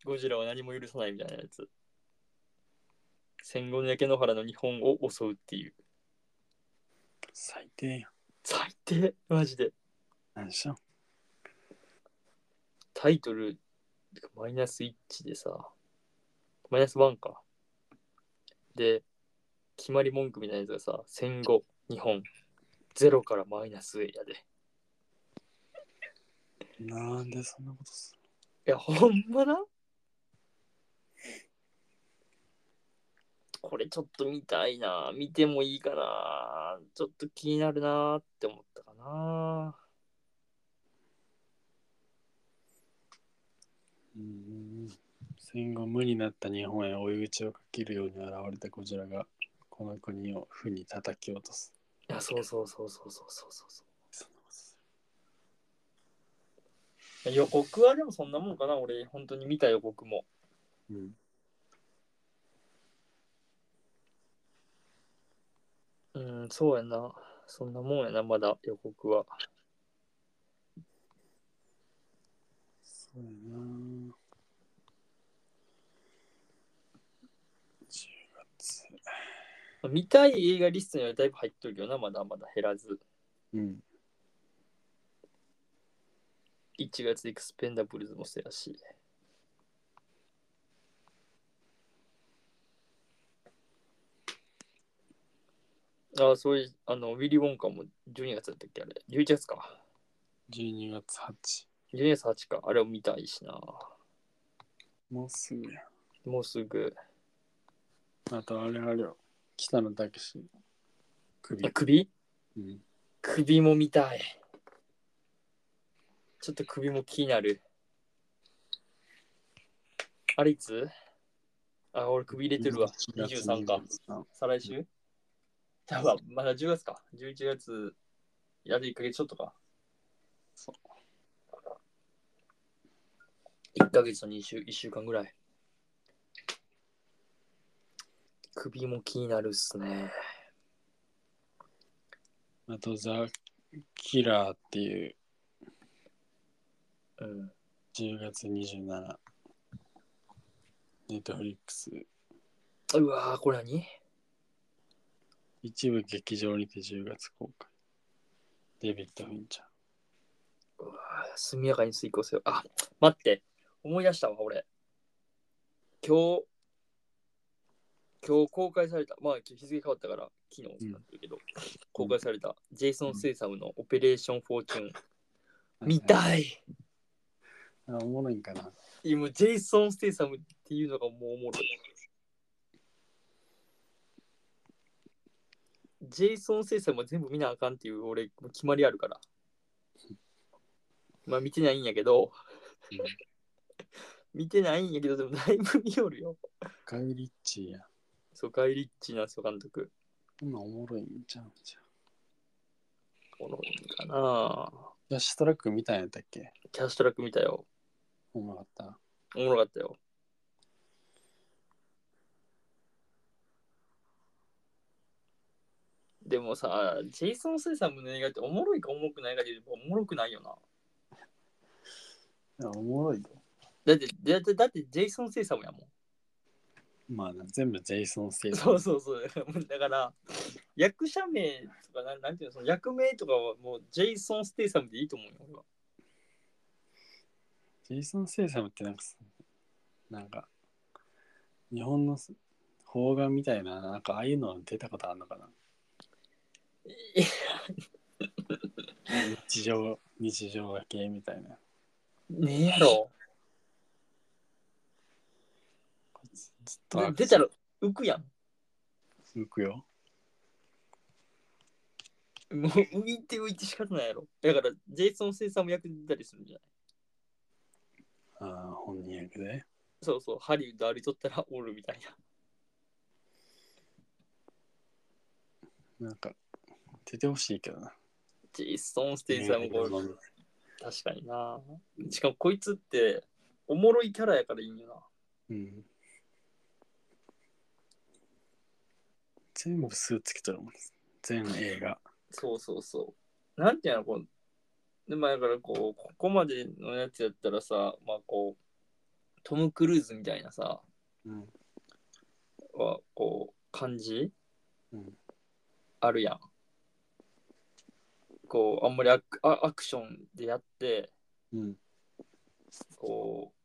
Speaker 1: ゴジラは何も許さないみたいなやつ。戦後の焼け野原の日本を襲うっていう。
Speaker 2: 最低やん。
Speaker 1: 最低マジで。
Speaker 2: 何しよ
Speaker 1: タイトル、マイナス1でさ、マイナス1か。で、決まり文句みたいなやつがさ、戦後、日本、0からマイナスへやで。
Speaker 2: う。なんでそんなことす
Speaker 1: いや、ほんまなこれちょっと見たいな。見てもいいかな。ちょっと気になるなって思ったかな。
Speaker 2: るうん。戦後無になった日本へ追い打ちをかけるように現れたゴジラが、この国を負に叩き落とす。
Speaker 1: いや、そうそうそうそうそうそうそうそう。
Speaker 2: そんなことす
Speaker 1: 予告はでもそんなもんかな俺本当に見た予告も
Speaker 2: るうん。
Speaker 1: うんそうやなそんなもんやなまだ予告は
Speaker 2: そうやな10月。
Speaker 1: 見たい映画リストにはだいぶ入っとるよなまだまだ減らず
Speaker 2: うん。
Speaker 1: 1月エクスペンダブルズもせやしあそういうあのウィリー・ウォンカーも12月だったっけあれ11月か
Speaker 2: 12月8。
Speaker 1: 12月8かあれを見たいしな
Speaker 2: もうすぐや。
Speaker 1: もうすぐ
Speaker 2: あとあれあれよ。北野武史。首
Speaker 1: あ。首
Speaker 2: うん。
Speaker 1: 首も見たい。ちょっと首も気になる。あれいつあ、俺首入れてるわ。23か。
Speaker 2: 23。
Speaker 1: 再来週やば、まだ10月か。11月、やる1ヶ月ちょっとか。
Speaker 2: そう
Speaker 1: 1ヶ月と2週、1週間ぐらい。首も気になるっすね。
Speaker 2: あとザ・キラーっていう
Speaker 1: うん。
Speaker 2: 10月27。ネットフリックス。
Speaker 1: うわー、これ何
Speaker 2: 一部劇場にて10月公開。デビッド・フィンチャー。
Speaker 1: うわぁ速やかに遂行せよ。あ、待って。思い出したわ、俺。今日、今日公開された、まあ日付変わったから昨日なんだけど、公開されたジェイソン・セイサムのオペレーション・フォーチューン。見
Speaker 2: い。
Speaker 1: たい
Speaker 2: あ、おもろいんかな。
Speaker 1: 今、ジェイソン・セイサムっていうのがもうおもろい。ジェイソン・セイサムは全部見なあかんっていう俺、もう決まりあるから。まあ見てないんやけど、見てないんやけど、でもだいぶ見よるよ。
Speaker 2: ガイ・リッチーや。
Speaker 1: そう、ガイリッチーなんですよ、監督。
Speaker 2: 今おもろいんちゃうんじゃ
Speaker 1: こ
Speaker 2: ん。
Speaker 1: のいかな
Speaker 2: キャッシュトラック見たんやったっけ
Speaker 1: キャッシュトラック見たよ。
Speaker 2: おもろかった。
Speaker 1: おもろかったよ。でもさ、ジェイソン・セイサムの映画っておもろいかおもろくないかで言えばおもろくないよな。
Speaker 2: いやおもろいよ。
Speaker 1: だって、だって、だってジェイソン・セイサムやもん。
Speaker 2: まあな、全部ジェイソン・セイラ
Speaker 1: そうそう <laughs> そう。だから、役者名とかなん、なんていうの、その役名とかはもうジェイソン・ステイサムでいいと思うよ。俺は
Speaker 2: ジェイソン・セイサムってなんかす、なんか、日本のす邦画みたいな、なんかああいうの出たことあるのかな日常、日常が系みたいな。
Speaker 1: ねえやろ。
Speaker 2: こいつずっ
Speaker 1: で
Speaker 2: と
Speaker 1: 出たら浮くやん。
Speaker 2: 浮くよ。
Speaker 1: もう浮いて浮いて仕方ないやろ。だから、ジェイソン・セイサム役に出たりするんじゃない
Speaker 2: ああ、本人役で。
Speaker 1: そうそう、ハリウッド歩いとったらおるみたいな。 <laughs>
Speaker 2: なんか、出てほしいけどな。
Speaker 1: ジェイソン・ステイサム
Speaker 2: 映画
Speaker 1: こ
Speaker 2: の
Speaker 1: う確かにな。しかもこいつって、おもろいキャラやからいいんよな。
Speaker 2: うん。全部スーツ着とるもん。全映画。
Speaker 1: そうそうそう。なんていうの、こう、でまあだからこう、ここまでのやつやったらさ、まあこう、トム・クルーズみたいなさ、
Speaker 2: うん。
Speaker 1: はこう、感じ
Speaker 2: うん。
Speaker 1: あるやん。こう、あんまりアクアアクションでやって、
Speaker 2: うん。
Speaker 1: こう、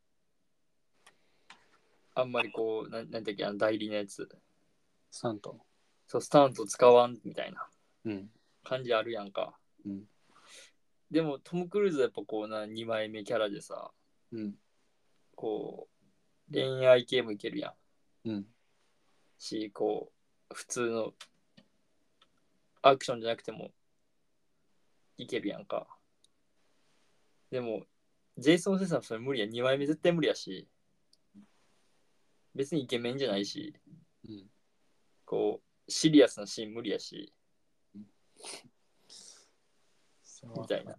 Speaker 1: あんまりこう、なんなんていうっけ、あの代理のやつ、
Speaker 2: スタント。
Speaker 1: そう、スタント使わんみたいな
Speaker 2: うん。
Speaker 1: 感じあるやんか。
Speaker 2: うん。
Speaker 1: でも、トム・クルーズはやっぱこうな、2枚目キャラでさ、
Speaker 2: うん。
Speaker 1: こう、恋愛系もいけるやん
Speaker 2: うん。
Speaker 1: し、こう、普通のアクションじゃなくてもいけるやんか。でも、ジェイソン・セサムそれ無理や。2枚目絶対無理やし、別にイケメンじゃないし、
Speaker 2: うん。
Speaker 1: こう、シリアスなシーン無理やし、みたいな。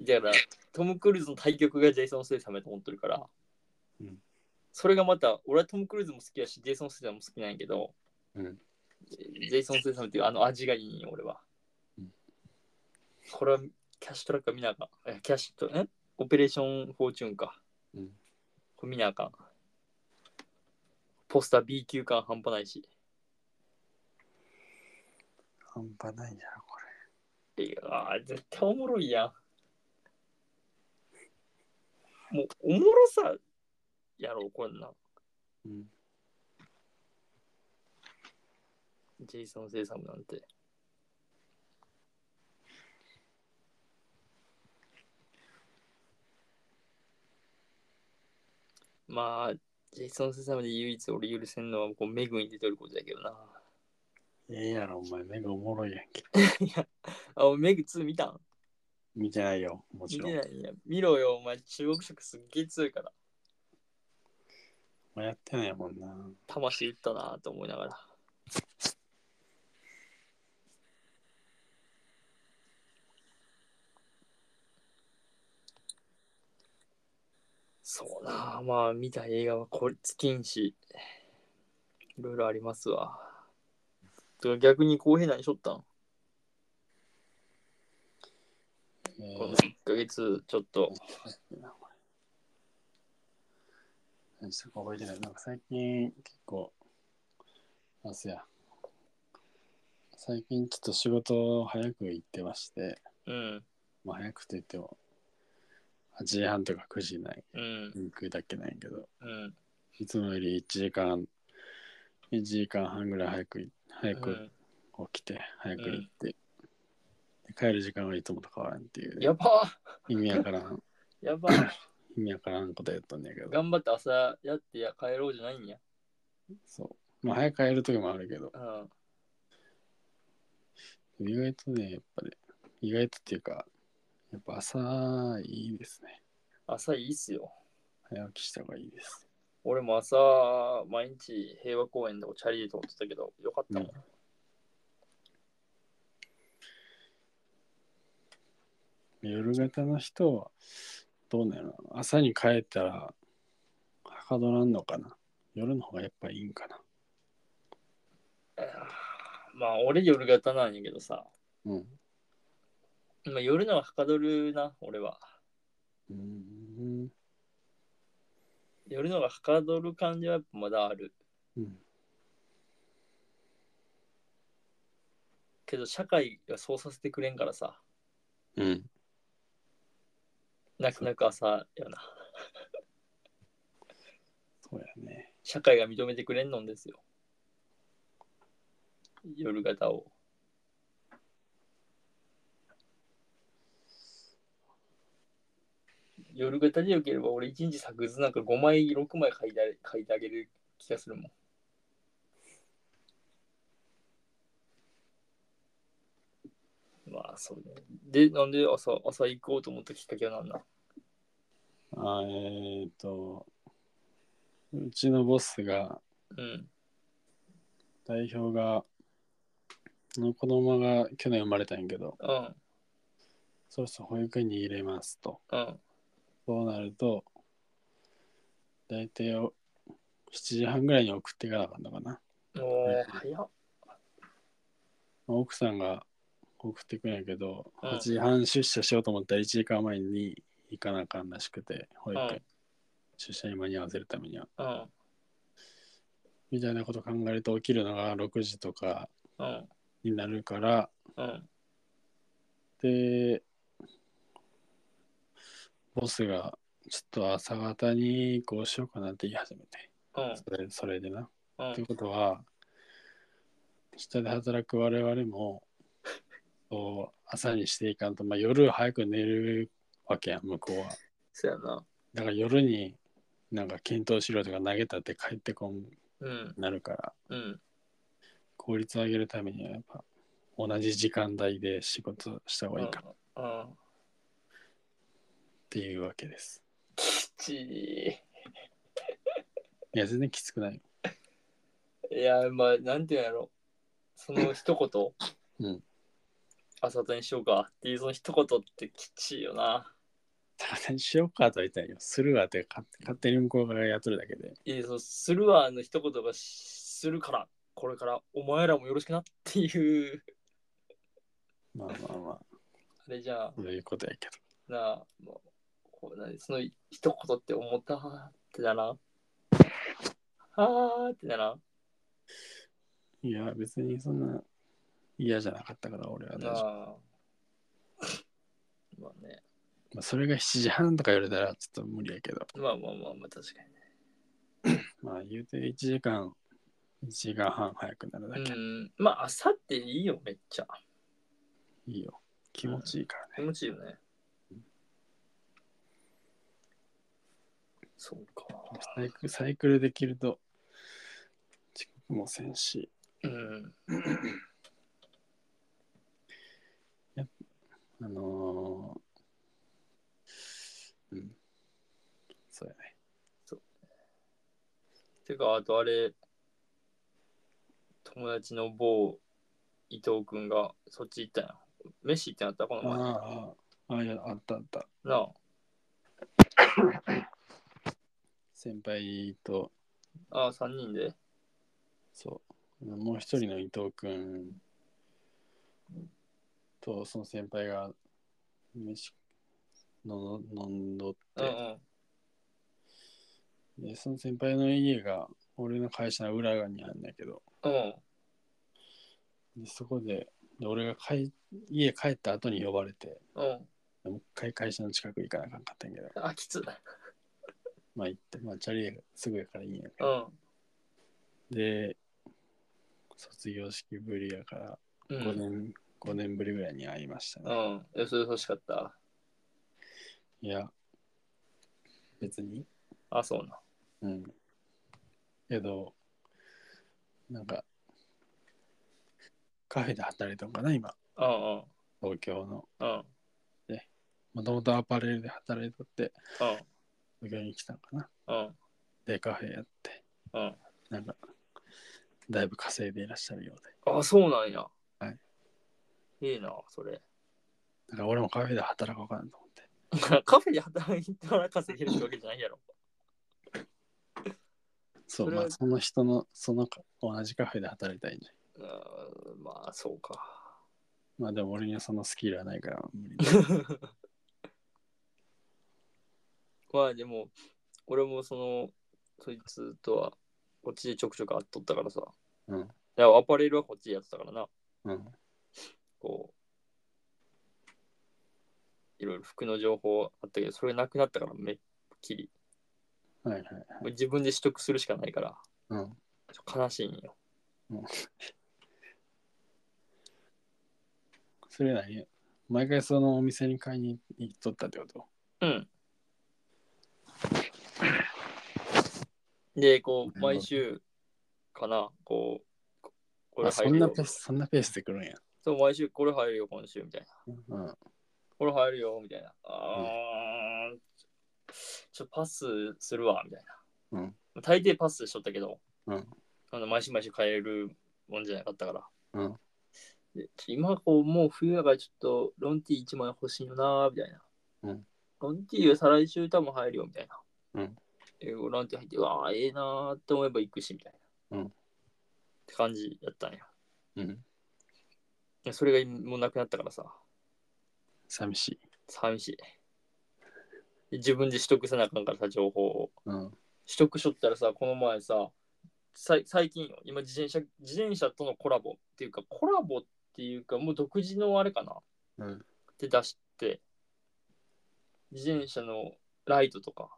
Speaker 1: だから、トム・クルーズの対局がジェイソン・ステイサムやと思ってるから、
Speaker 2: うん
Speaker 1: それがまた、俺はトム・クルーズも好きやし、ジェイソン・ステイサムも好きなんやけど、
Speaker 2: うん
Speaker 1: ジェイソン・ステイサムっていうあの味がいいんよ、俺は。
Speaker 2: うん
Speaker 1: これはキャッシュトラックは見なあかん。えキャッシュトえオペレーション・フォーチューンか。
Speaker 2: うん
Speaker 1: これ見なあかん。ポスター B 級感半端ないし。
Speaker 2: 半端ないやろ、こ
Speaker 1: いやー絶対おもろいやん。もうおもろさやろ、こんなん。
Speaker 2: れ。うん。
Speaker 1: ジェイソン・セイサムなんて。まあ、ジェイソン・セイサムで唯一俺許せんのはこうメグに出てることだけどな。
Speaker 2: ええやろ、お前、目がおもろいやんけ。
Speaker 1: あ、メグ2見たん
Speaker 2: 見てないよ、もち
Speaker 1: 見
Speaker 2: ろ
Speaker 1: て
Speaker 2: ん。
Speaker 1: ないや。見ろよ、お前中国色すっげえ強いから。
Speaker 2: もうやってないもんな。
Speaker 1: 魂打ったなと思いながら。そうなあまあ見た映画はこれ尽きんし、いろいろありますわ。てか逆に公平何しょったん、
Speaker 2: え
Speaker 1: この1、
Speaker 2: ー
Speaker 1: ヶ月ちょっと。
Speaker 2: 何したか覚えてない。なんか最近結構、あすや。最近ちょっと仕事早く行ってまして、
Speaker 1: うん、
Speaker 2: まあ早くと言っても、8時半とか9時ない、
Speaker 1: うん、
Speaker 2: 行くだけないけど、
Speaker 1: うん、
Speaker 2: いつもより1時間、1時間半ぐらい早くい、
Speaker 1: う
Speaker 2: 早く
Speaker 1: ん。
Speaker 2: 起きて、早く行って、で帰る時間はいつもと変わらんっていう、
Speaker 1: やば
Speaker 2: 意味わからん、
Speaker 1: やば
Speaker 2: 意味わからんことやったんだけど、
Speaker 1: 頑張って朝やってや帰ろうじゃないんや。
Speaker 2: そう。まあ早く帰る時もあるけど、
Speaker 1: うん、
Speaker 2: 意外とね、やっぱり、意外とっていうか、やっぱ朝いいですね。
Speaker 1: 朝いいっすよ。
Speaker 2: 早起きした方がいいです。
Speaker 1: 俺も朝、毎日平和公園でおチャリで通ってたけど、よかったもん。
Speaker 2: うん夜型の人は、どうなの朝に帰ったら、はかどらんのかな夜の方がやっぱいいんかな
Speaker 1: まあ、俺夜型なんやけどさ、
Speaker 2: うん。
Speaker 1: まあ、夜のははかどるな、俺は。
Speaker 2: うーん。
Speaker 1: 夜のがはかどる感じはやっぱまだある。
Speaker 2: うん。
Speaker 1: けど、社会がそうさせてくれんからさ、
Speaker 2: うん。
Speaker 1: 泣く泣く朝よな。
Speaker 2: そうやね。
Speaker 1: 社会が認めてくれんのんですよ。夜型を。夜型でよければ俺1日作図なんか5枚6枚書いてあげ書いてあげる気がするもん。まあそうね。で、なんで朝朝行こうと思ったきっかけは何なんだ
Speaker 2: あえっ、と、うちのボスが、
Speaker 1: うん。
Speaker 2: 代表が、の子供が去年生まれたんやけど、
Speaker 1: うん。
Speaker 2: そろそろ保育園に入れますと。
Speaker 1: うん。
Speaker 2: そうなると、大体を7時半ぐらいに送っていかなあかんのかな。
Speaker 1: おー、早っ。
Speaker 2: まあ奥さんが送ってくんやけど、
Speaker 1: うん
Speaker 2: 8時半出社しようと思ったら1時間前に行かなあかんらしくて、保育園、
Speaker 1: うん
Speaker 2: 出社に間に合わせるためには。
Speaker 1: うん。
Speaker 2: みたいなこと考えると起きるのが6時とか
Speaker 1: うん。
Speaker 2: になるから、
Speaker 1: うん。
Speaker 2: で、ボスがちょっと朝方にこうしようかなって言い始めて、
Speaker 1: うん。
Speaker 2: それそれでな。
Speaker 1: うん
Speaker 2: ということは、下で働く我々も、こう朝にしていかんと、まあ、夜早く寝るわけやん、向こうは。
Speaker 1: そやな。
Speaker 2: だから夜になんか検討しろとか投げたって帰ってこん
Speaker 1: うん。
Speaker 2: なるから、
Speaker 1: うん。
Speaker 2: 効率を上げるためにはやっぱ同じ時間帯で仕事した方がいいかっ
Speaker 1: うん。うん。
Speaker 2: ていうわけです。
Speaker 1: きちい。
Speaker 2: いや、全然きつくないよ。
Speaker 1: いや、まあ、なんていうんやろ。その一言。
Speaker 2: <laughs> うん。朝
Speaker 1: 朝とにしようかっていうその一言ってきちいよな。
Speaker 2: 朝にしようかとは言ったんよ。するわって勝勝手に向こうからやっとるだけで。
Speaker 1: いや、そのするわの一言がしするから、これからお前らもよろしくなっていう、
Speaker 2: まあまあまあ、
Speaker 1: あれじゃあ、
Speaker 2: そういうことやけど。
Speaker 1: なあ、もうこうなにその一言って思ったってだな。あーってだな。
Speaker 2: いや、別にそんな嫌じゃなかったから、俺は大丈
Speaker 1: な
Speaker 2: 夫。
Speaker 1: あ。 <laughs> まあね。
Speaker 2: まあ、それが7時半とか言われたらちょっと無理やけど、
Speaker 1: まあまあまあまあ、確かに。
Speaker 2: まあ言うて1時間、1時間半早くなるだけ、
Speaker 1: うん。まあ、朝っていいよ、めっちゃ。
Speaker 2: いいよ。気持ちいいからね。
Speaker 1: 気持ちいいよね。そうか。
Speaker 2: サイクルサイクルできると遅刻もせんし、
Speaker 1: うん。
Speaker 2: あのーうん。そうやね。
Speaker 1: てか、あとあれ、友達の某伊藤くんがそっち行ったやん。飯行ってなったこの前。
Speaker 2: ああ、ああいや、あったあった。
Speaker 1: なあ。
Speaker 2: 先輩と、
Speaker 1: ああ、3人で。
Speaker 2: そう、もう一人の伊藤君とその先輩が飯の飲んどっ
Speaker 1: うんう
Speaker 2: て、
Speaker 1: ん。
Speaker 2: でその先輩の家が俺の会社の裏側にあるんだけど
Speaker 1: うん。
Speaker 2: でそこでで俺が帰家帰った後に呼ばれて
Speaker 1: うん。
Speaker 2: もう一回会社の近く行かなあかんかったんやけど
Speaker 1: あ、きつ。
Speaker 2: まあ行ってまあチャリすぐやからいいんやけ
Speaker 1: う
Speaker 2: ど、
Speaker 1: ん。
Speaker 2: で卒業式ぶりやから
Speaker 1: う
Speaker 2: 5
Speaker 1: ん。
Speaker 2: 年、五年ぶりぐらいに会いましたね、
Speaker 1: うん。え、それ欲しかった。
Speaker 2: いや別に
Speaker 1: あ、そうな。
Speaker 2: うん。けど、なんか、カフェで働いたのかな、今、
Speaker 1: うん
Speaker 2: 東京の。
Speaker 1: うん。うん。
Speaker 2: もともとアパレルで働いとって、
Speaker 1: うん。
Speaker 2: 東京に来たのか
Speaker 1: う
Speaker 2: な。
Speaker 1: ん。
Speaker 2: で、カフェやって、
Speaker 1: うん。
Speaker 2: なんか、だいぶ稼いでいらっしゃるようで。
Speaker 1: あ、そうなんや。
Speaker 2: はい。
Speaker 1: いいな、それ。 <laughs>
Speaker 2: だから俺もカフェで働こうかなと思って。
Speaker 1: カフェで働いてから稼げるってわけじゃないやろ。
Speaker 2: そう、
Speaker 1: それは
Speaker 2: まあ、その人の、その同じカフェで働いたいんじゃん。
Speaker 1: うん、まあ、そうか。
Speaker 2: まあ、でも俺にはそのスキルはないから無理だ。
Speaker 1: まあでも、俺もその、そいつとは、こっちでちょくちょく会っとったからさ。
Speaker 2: うん
Speaker 1: いや、アパレルはこっちでやってたからな。
Speaker 2: うん。
Speaker 1: こう、いろいろ服の情報あったけど、それなくなったからめっきり。
Speaker 2: はいはい。
Speaker 1: もう自分で取得するしかないから、
Speaker 2: うん。
Speaker 1: ちょっと悲しいんよ。
Speaker 2: それ何毎回そのお店に買いに行っとったってこと
Speaker 1: うん。で、こう、毎週かな、こう、これ
Speaker 2: あそ
Speaker 1: 入
Speaker 2: ん
Speaker 1: る
Speaker 2: な
Speaker 1: よ
Speaker 2: ペー。ス、そんなペースで来るんや。
Speaker 1: そう、毎週これ入るよ、今週、みたいな。
Speaker 2: うん。
Speaker 1: これ入るよ、みたいな。あー、ちょ、パスするわ、みたいな。
Speaker 2: うん
Speaker 1: 大抵パスしとったけど、
Speaker 2: うん
Speaker 1: あの毎週毎週変えるもんじゃなかったから。
Speaker 2: うん
Speaker 1: でちょ今はこう、もう冬だからちょっとロンティー1枚欲しいよなーみたいな。
Speaker 2: うん
Speaker 1: ロンティーは再来週多分入るよみたいな。
Speaker 2: うん
Speaker 1: えーロンティー入って、うわあ、ええなーって思えば行くしみたいな。
Speaker 2: うん
Speaker 1: って感じやったんや。
Speaker 2: うん。
Speaker 1: いやそれがもうなくなったからさ、
Speaker 2: 寂しい。
Speaker 1: 寂しい。で自分で取得せなあかんからさ、情報を。
Speaker 2: うん。
Speaker 1: 取得しとったらさ、この前さ、さい最近よ、今自転車、自転車とのコラボっていうか、コラボっていうか、もう独自のあれかな。
Speaker 2: うん。
Speaker 1: って出して、自転車のライトとか、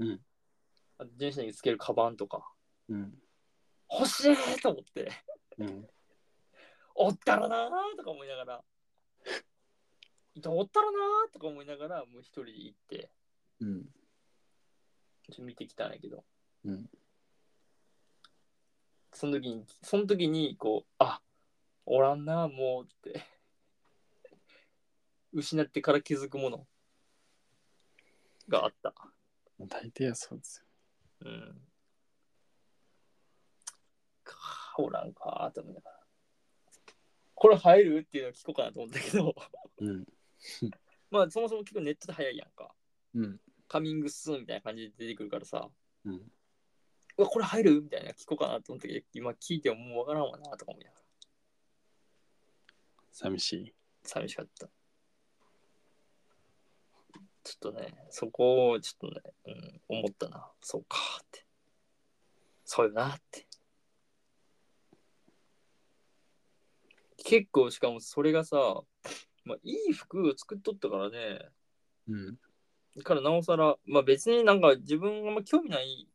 Speaker 2: うん
Speaker 1: あと自転車につけるカバンとか、
Speaker 2: うん。
Speaker 1: 欲しいと思って、
Speaker 2: うん。
Speaker 1: おったらなーとか思いなが
Speaker 2: <laughs>
Speaker 1: ら、おったらなーとか思いながら、もう一人で行って、
Speaker 2: うん。
Speaker 1: ちょっと見てきたんやけど、
Speaker 2: うん
Speaker 1: その時に、その時に、こう、あおらんなーもうって、 <laughs> 失ってから気づくものがあった。
Speaker 2: 大抵はそうです
Speaker 1: うん。かあおらんかーと思いながら。これ入るっていうのを聞こうかなと思ったけど、
Speaker 2: よ。うん。
Speaker 1: まあそもそも結構ネットで早いやんか。
Speaker 2: うん。
Speaker 1: カミングスーンみたいな感じで出てくるからさ、
Speaker 2: うん。
Speaker 1: うわ、これ入るみたいな聞こうかなと思ったけど、今聞いてももうわからんわなとか思いながら、
Speaker 2: 寂しい。
Speaker 1: 寂しかった。ちょっとね、そこをちょっとね、うん、思ったな。そうかーって。そうよなーって。結構しかもそれがさ、まあ、いい服を作っとったからね、
Speaker 2: うん。
Speaker 1: だからなおさら、まあ別になんか自分があんま興味ない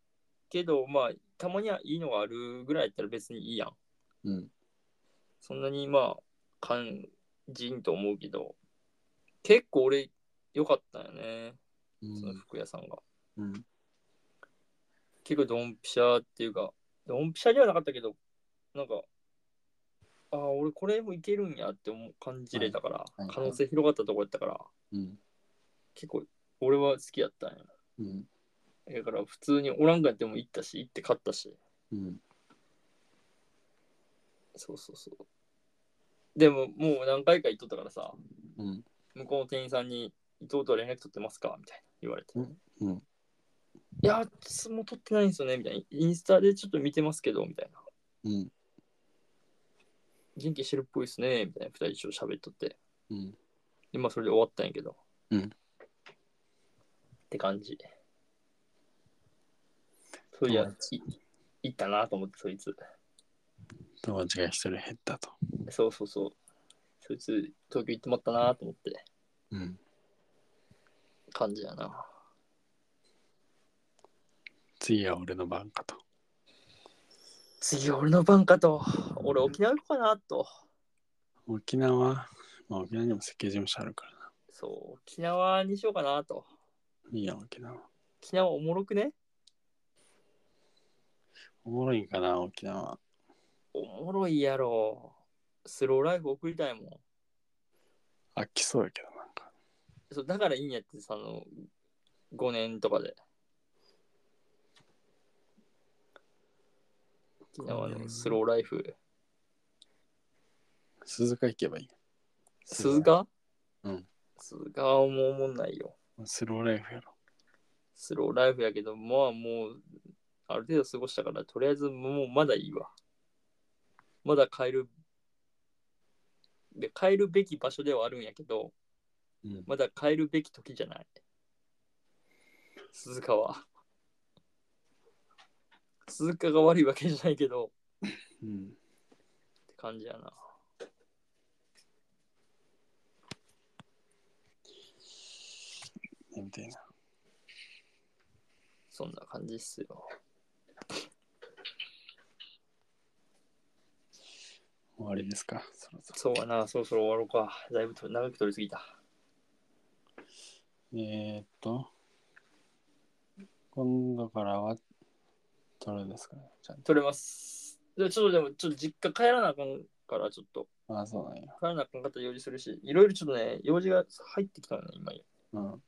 Speaker 1: けど、まあたまにはいいのがあるぐらいやったら別にいいやん。
Speaker 2: うん。
Speaker 1: そんなにまあ肝心と思うけど、結構俺良かったよね、
Speaker 2: う
Speaker 1: その
Speaker 2: ん。
Speaker 1: 服屋さんが。
Speaker 2: うん。
Speaker 1: 結構ドンピシャっていうか、ドンピシャではなかったけど、なんか、ああ、俺これもいけるんやって思う感じれたから、
Speaker 2: いはい
Speaker 1: 可能性広がったとこやったから、
Speaker 2: うん。
Speaker 1: 結構俺は好きやったんや。
Speaker 2: うん。
Speaker 1: だから普通におらんかっても行ったし、行って買ったし。
Speaker 2: うん。
Speaker 1: そうそうそう。でももう何回か行っとったからさ、
Speaker 2: うん。
Speaker 1: 向こうの店員さんに伊藤と連絡取ってますかみたいな言われて。
Speaker 2: うん
Speaker 1: いや、もう取ってないんですよねみたいな。インスタでちょっと見てますけど、みたいな。
Speaker 2: うん。
Speaker 1: 元気してるっぽいですね、みたいな。二人一緒に喋っとって。
Speaker 2: うん。
Speaker 1: で、まあそれで終わったんやけど。
Speaker 2: うん
Speaker 1: って感じ。そういや
Speaker 2: 友、
Speaker 1: い行ったなと思って、そいつ。
Speaker 2: 友達が一人減ったと。
Speaker 1: そうそうそう。そいつ、東京行ってもらったなと思って。
Speaker 2: うん。
Speaker 1: 感じやな。
Speaker 2: 次は俺の番かと。
Speaker 1: 次は俺の番かと。俺沖縄行こうかなと。
Speaker 2: 沖縄、まあ沖縄にも設計事務所あるからな。
Speaker 1: そう、沖縄にしようかなと。
Speaker 2: いいや、沖縄。
Speaker 1: 沖縄おもろくね
Speaker 2: おもろいんかな、沖縄。
Speaker 1: おもろいやろ。スローライフ送りたいもん。
Speaker 2: 飽きそうやけど、なんか。
Speaker 1: そうだからいいんやって、その、5年とかで。沖縄のスローライフ。
Speaker 2: 鈴鹿行けばいい。
Speaker 1: 鈴鹿
Speaker 2: うん。
Speaker 1: 鈴鹿はもうおもんないよ。
Speaker 2: スローライフやろ。
Speaker 1: スローライフやけど、まあもう、ある程度過ごしたから、とりあえずもうまだいいわ。まだ帰る、で帰るべき場所ではあるんやけど、
Speaker 2: うん。
Speaker 1: まだ帰るべき時じゃない。鈴鹿は。 <laughs> 鈴鹿が悪いわけじゃないけど、
Speaker 2: うん。
Speaker 1: って感じやな。
Speaker 2: みたいな。
Speaker 1: そんな感じっすよ。
Speaker 2: 終わりですか。そろそろ。
Speaker 1: そうやな、そろそろ終わろうか。だいぶと長く取りすぎた。
Speaker 2: えー、っと。今度からは、どれですかね。じゃ
Speaker 1: 取れます。でちょっとでも、ちょっと実家帰らなあかんから、ちょっと。
Speaker 2: あ、あ、そうなんや。
Speaker 1: 帰らなあかんかったら用事するし、いろいろちょっとね、用事が入ってきたのね、今
Speaker 2: うん。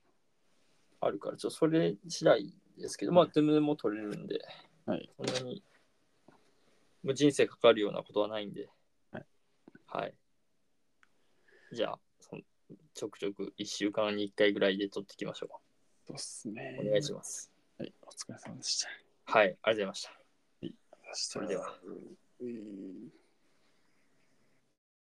Speaker 1: あるから、ちょっとそれ次第ですけど、まあ、でももう取れるんで、
Speaker 2: はい
Speaker 1: そんなに、もう人生かかるようなことはないんで、
Speaker 2: はい
Speaker 1: はい。じゃあ、そのちょくちょく1週間に1回ぐらいで撮っていきましょ
Speaker 2: そうっすね
Speaker 1: う。。お願いします。
Speaker 2: はい、お疲れ様でした。
Speaker 1: はい、ありがとうございました。
Speaker 2: そ
Speaker 1: れでは。
Speaker 2: うん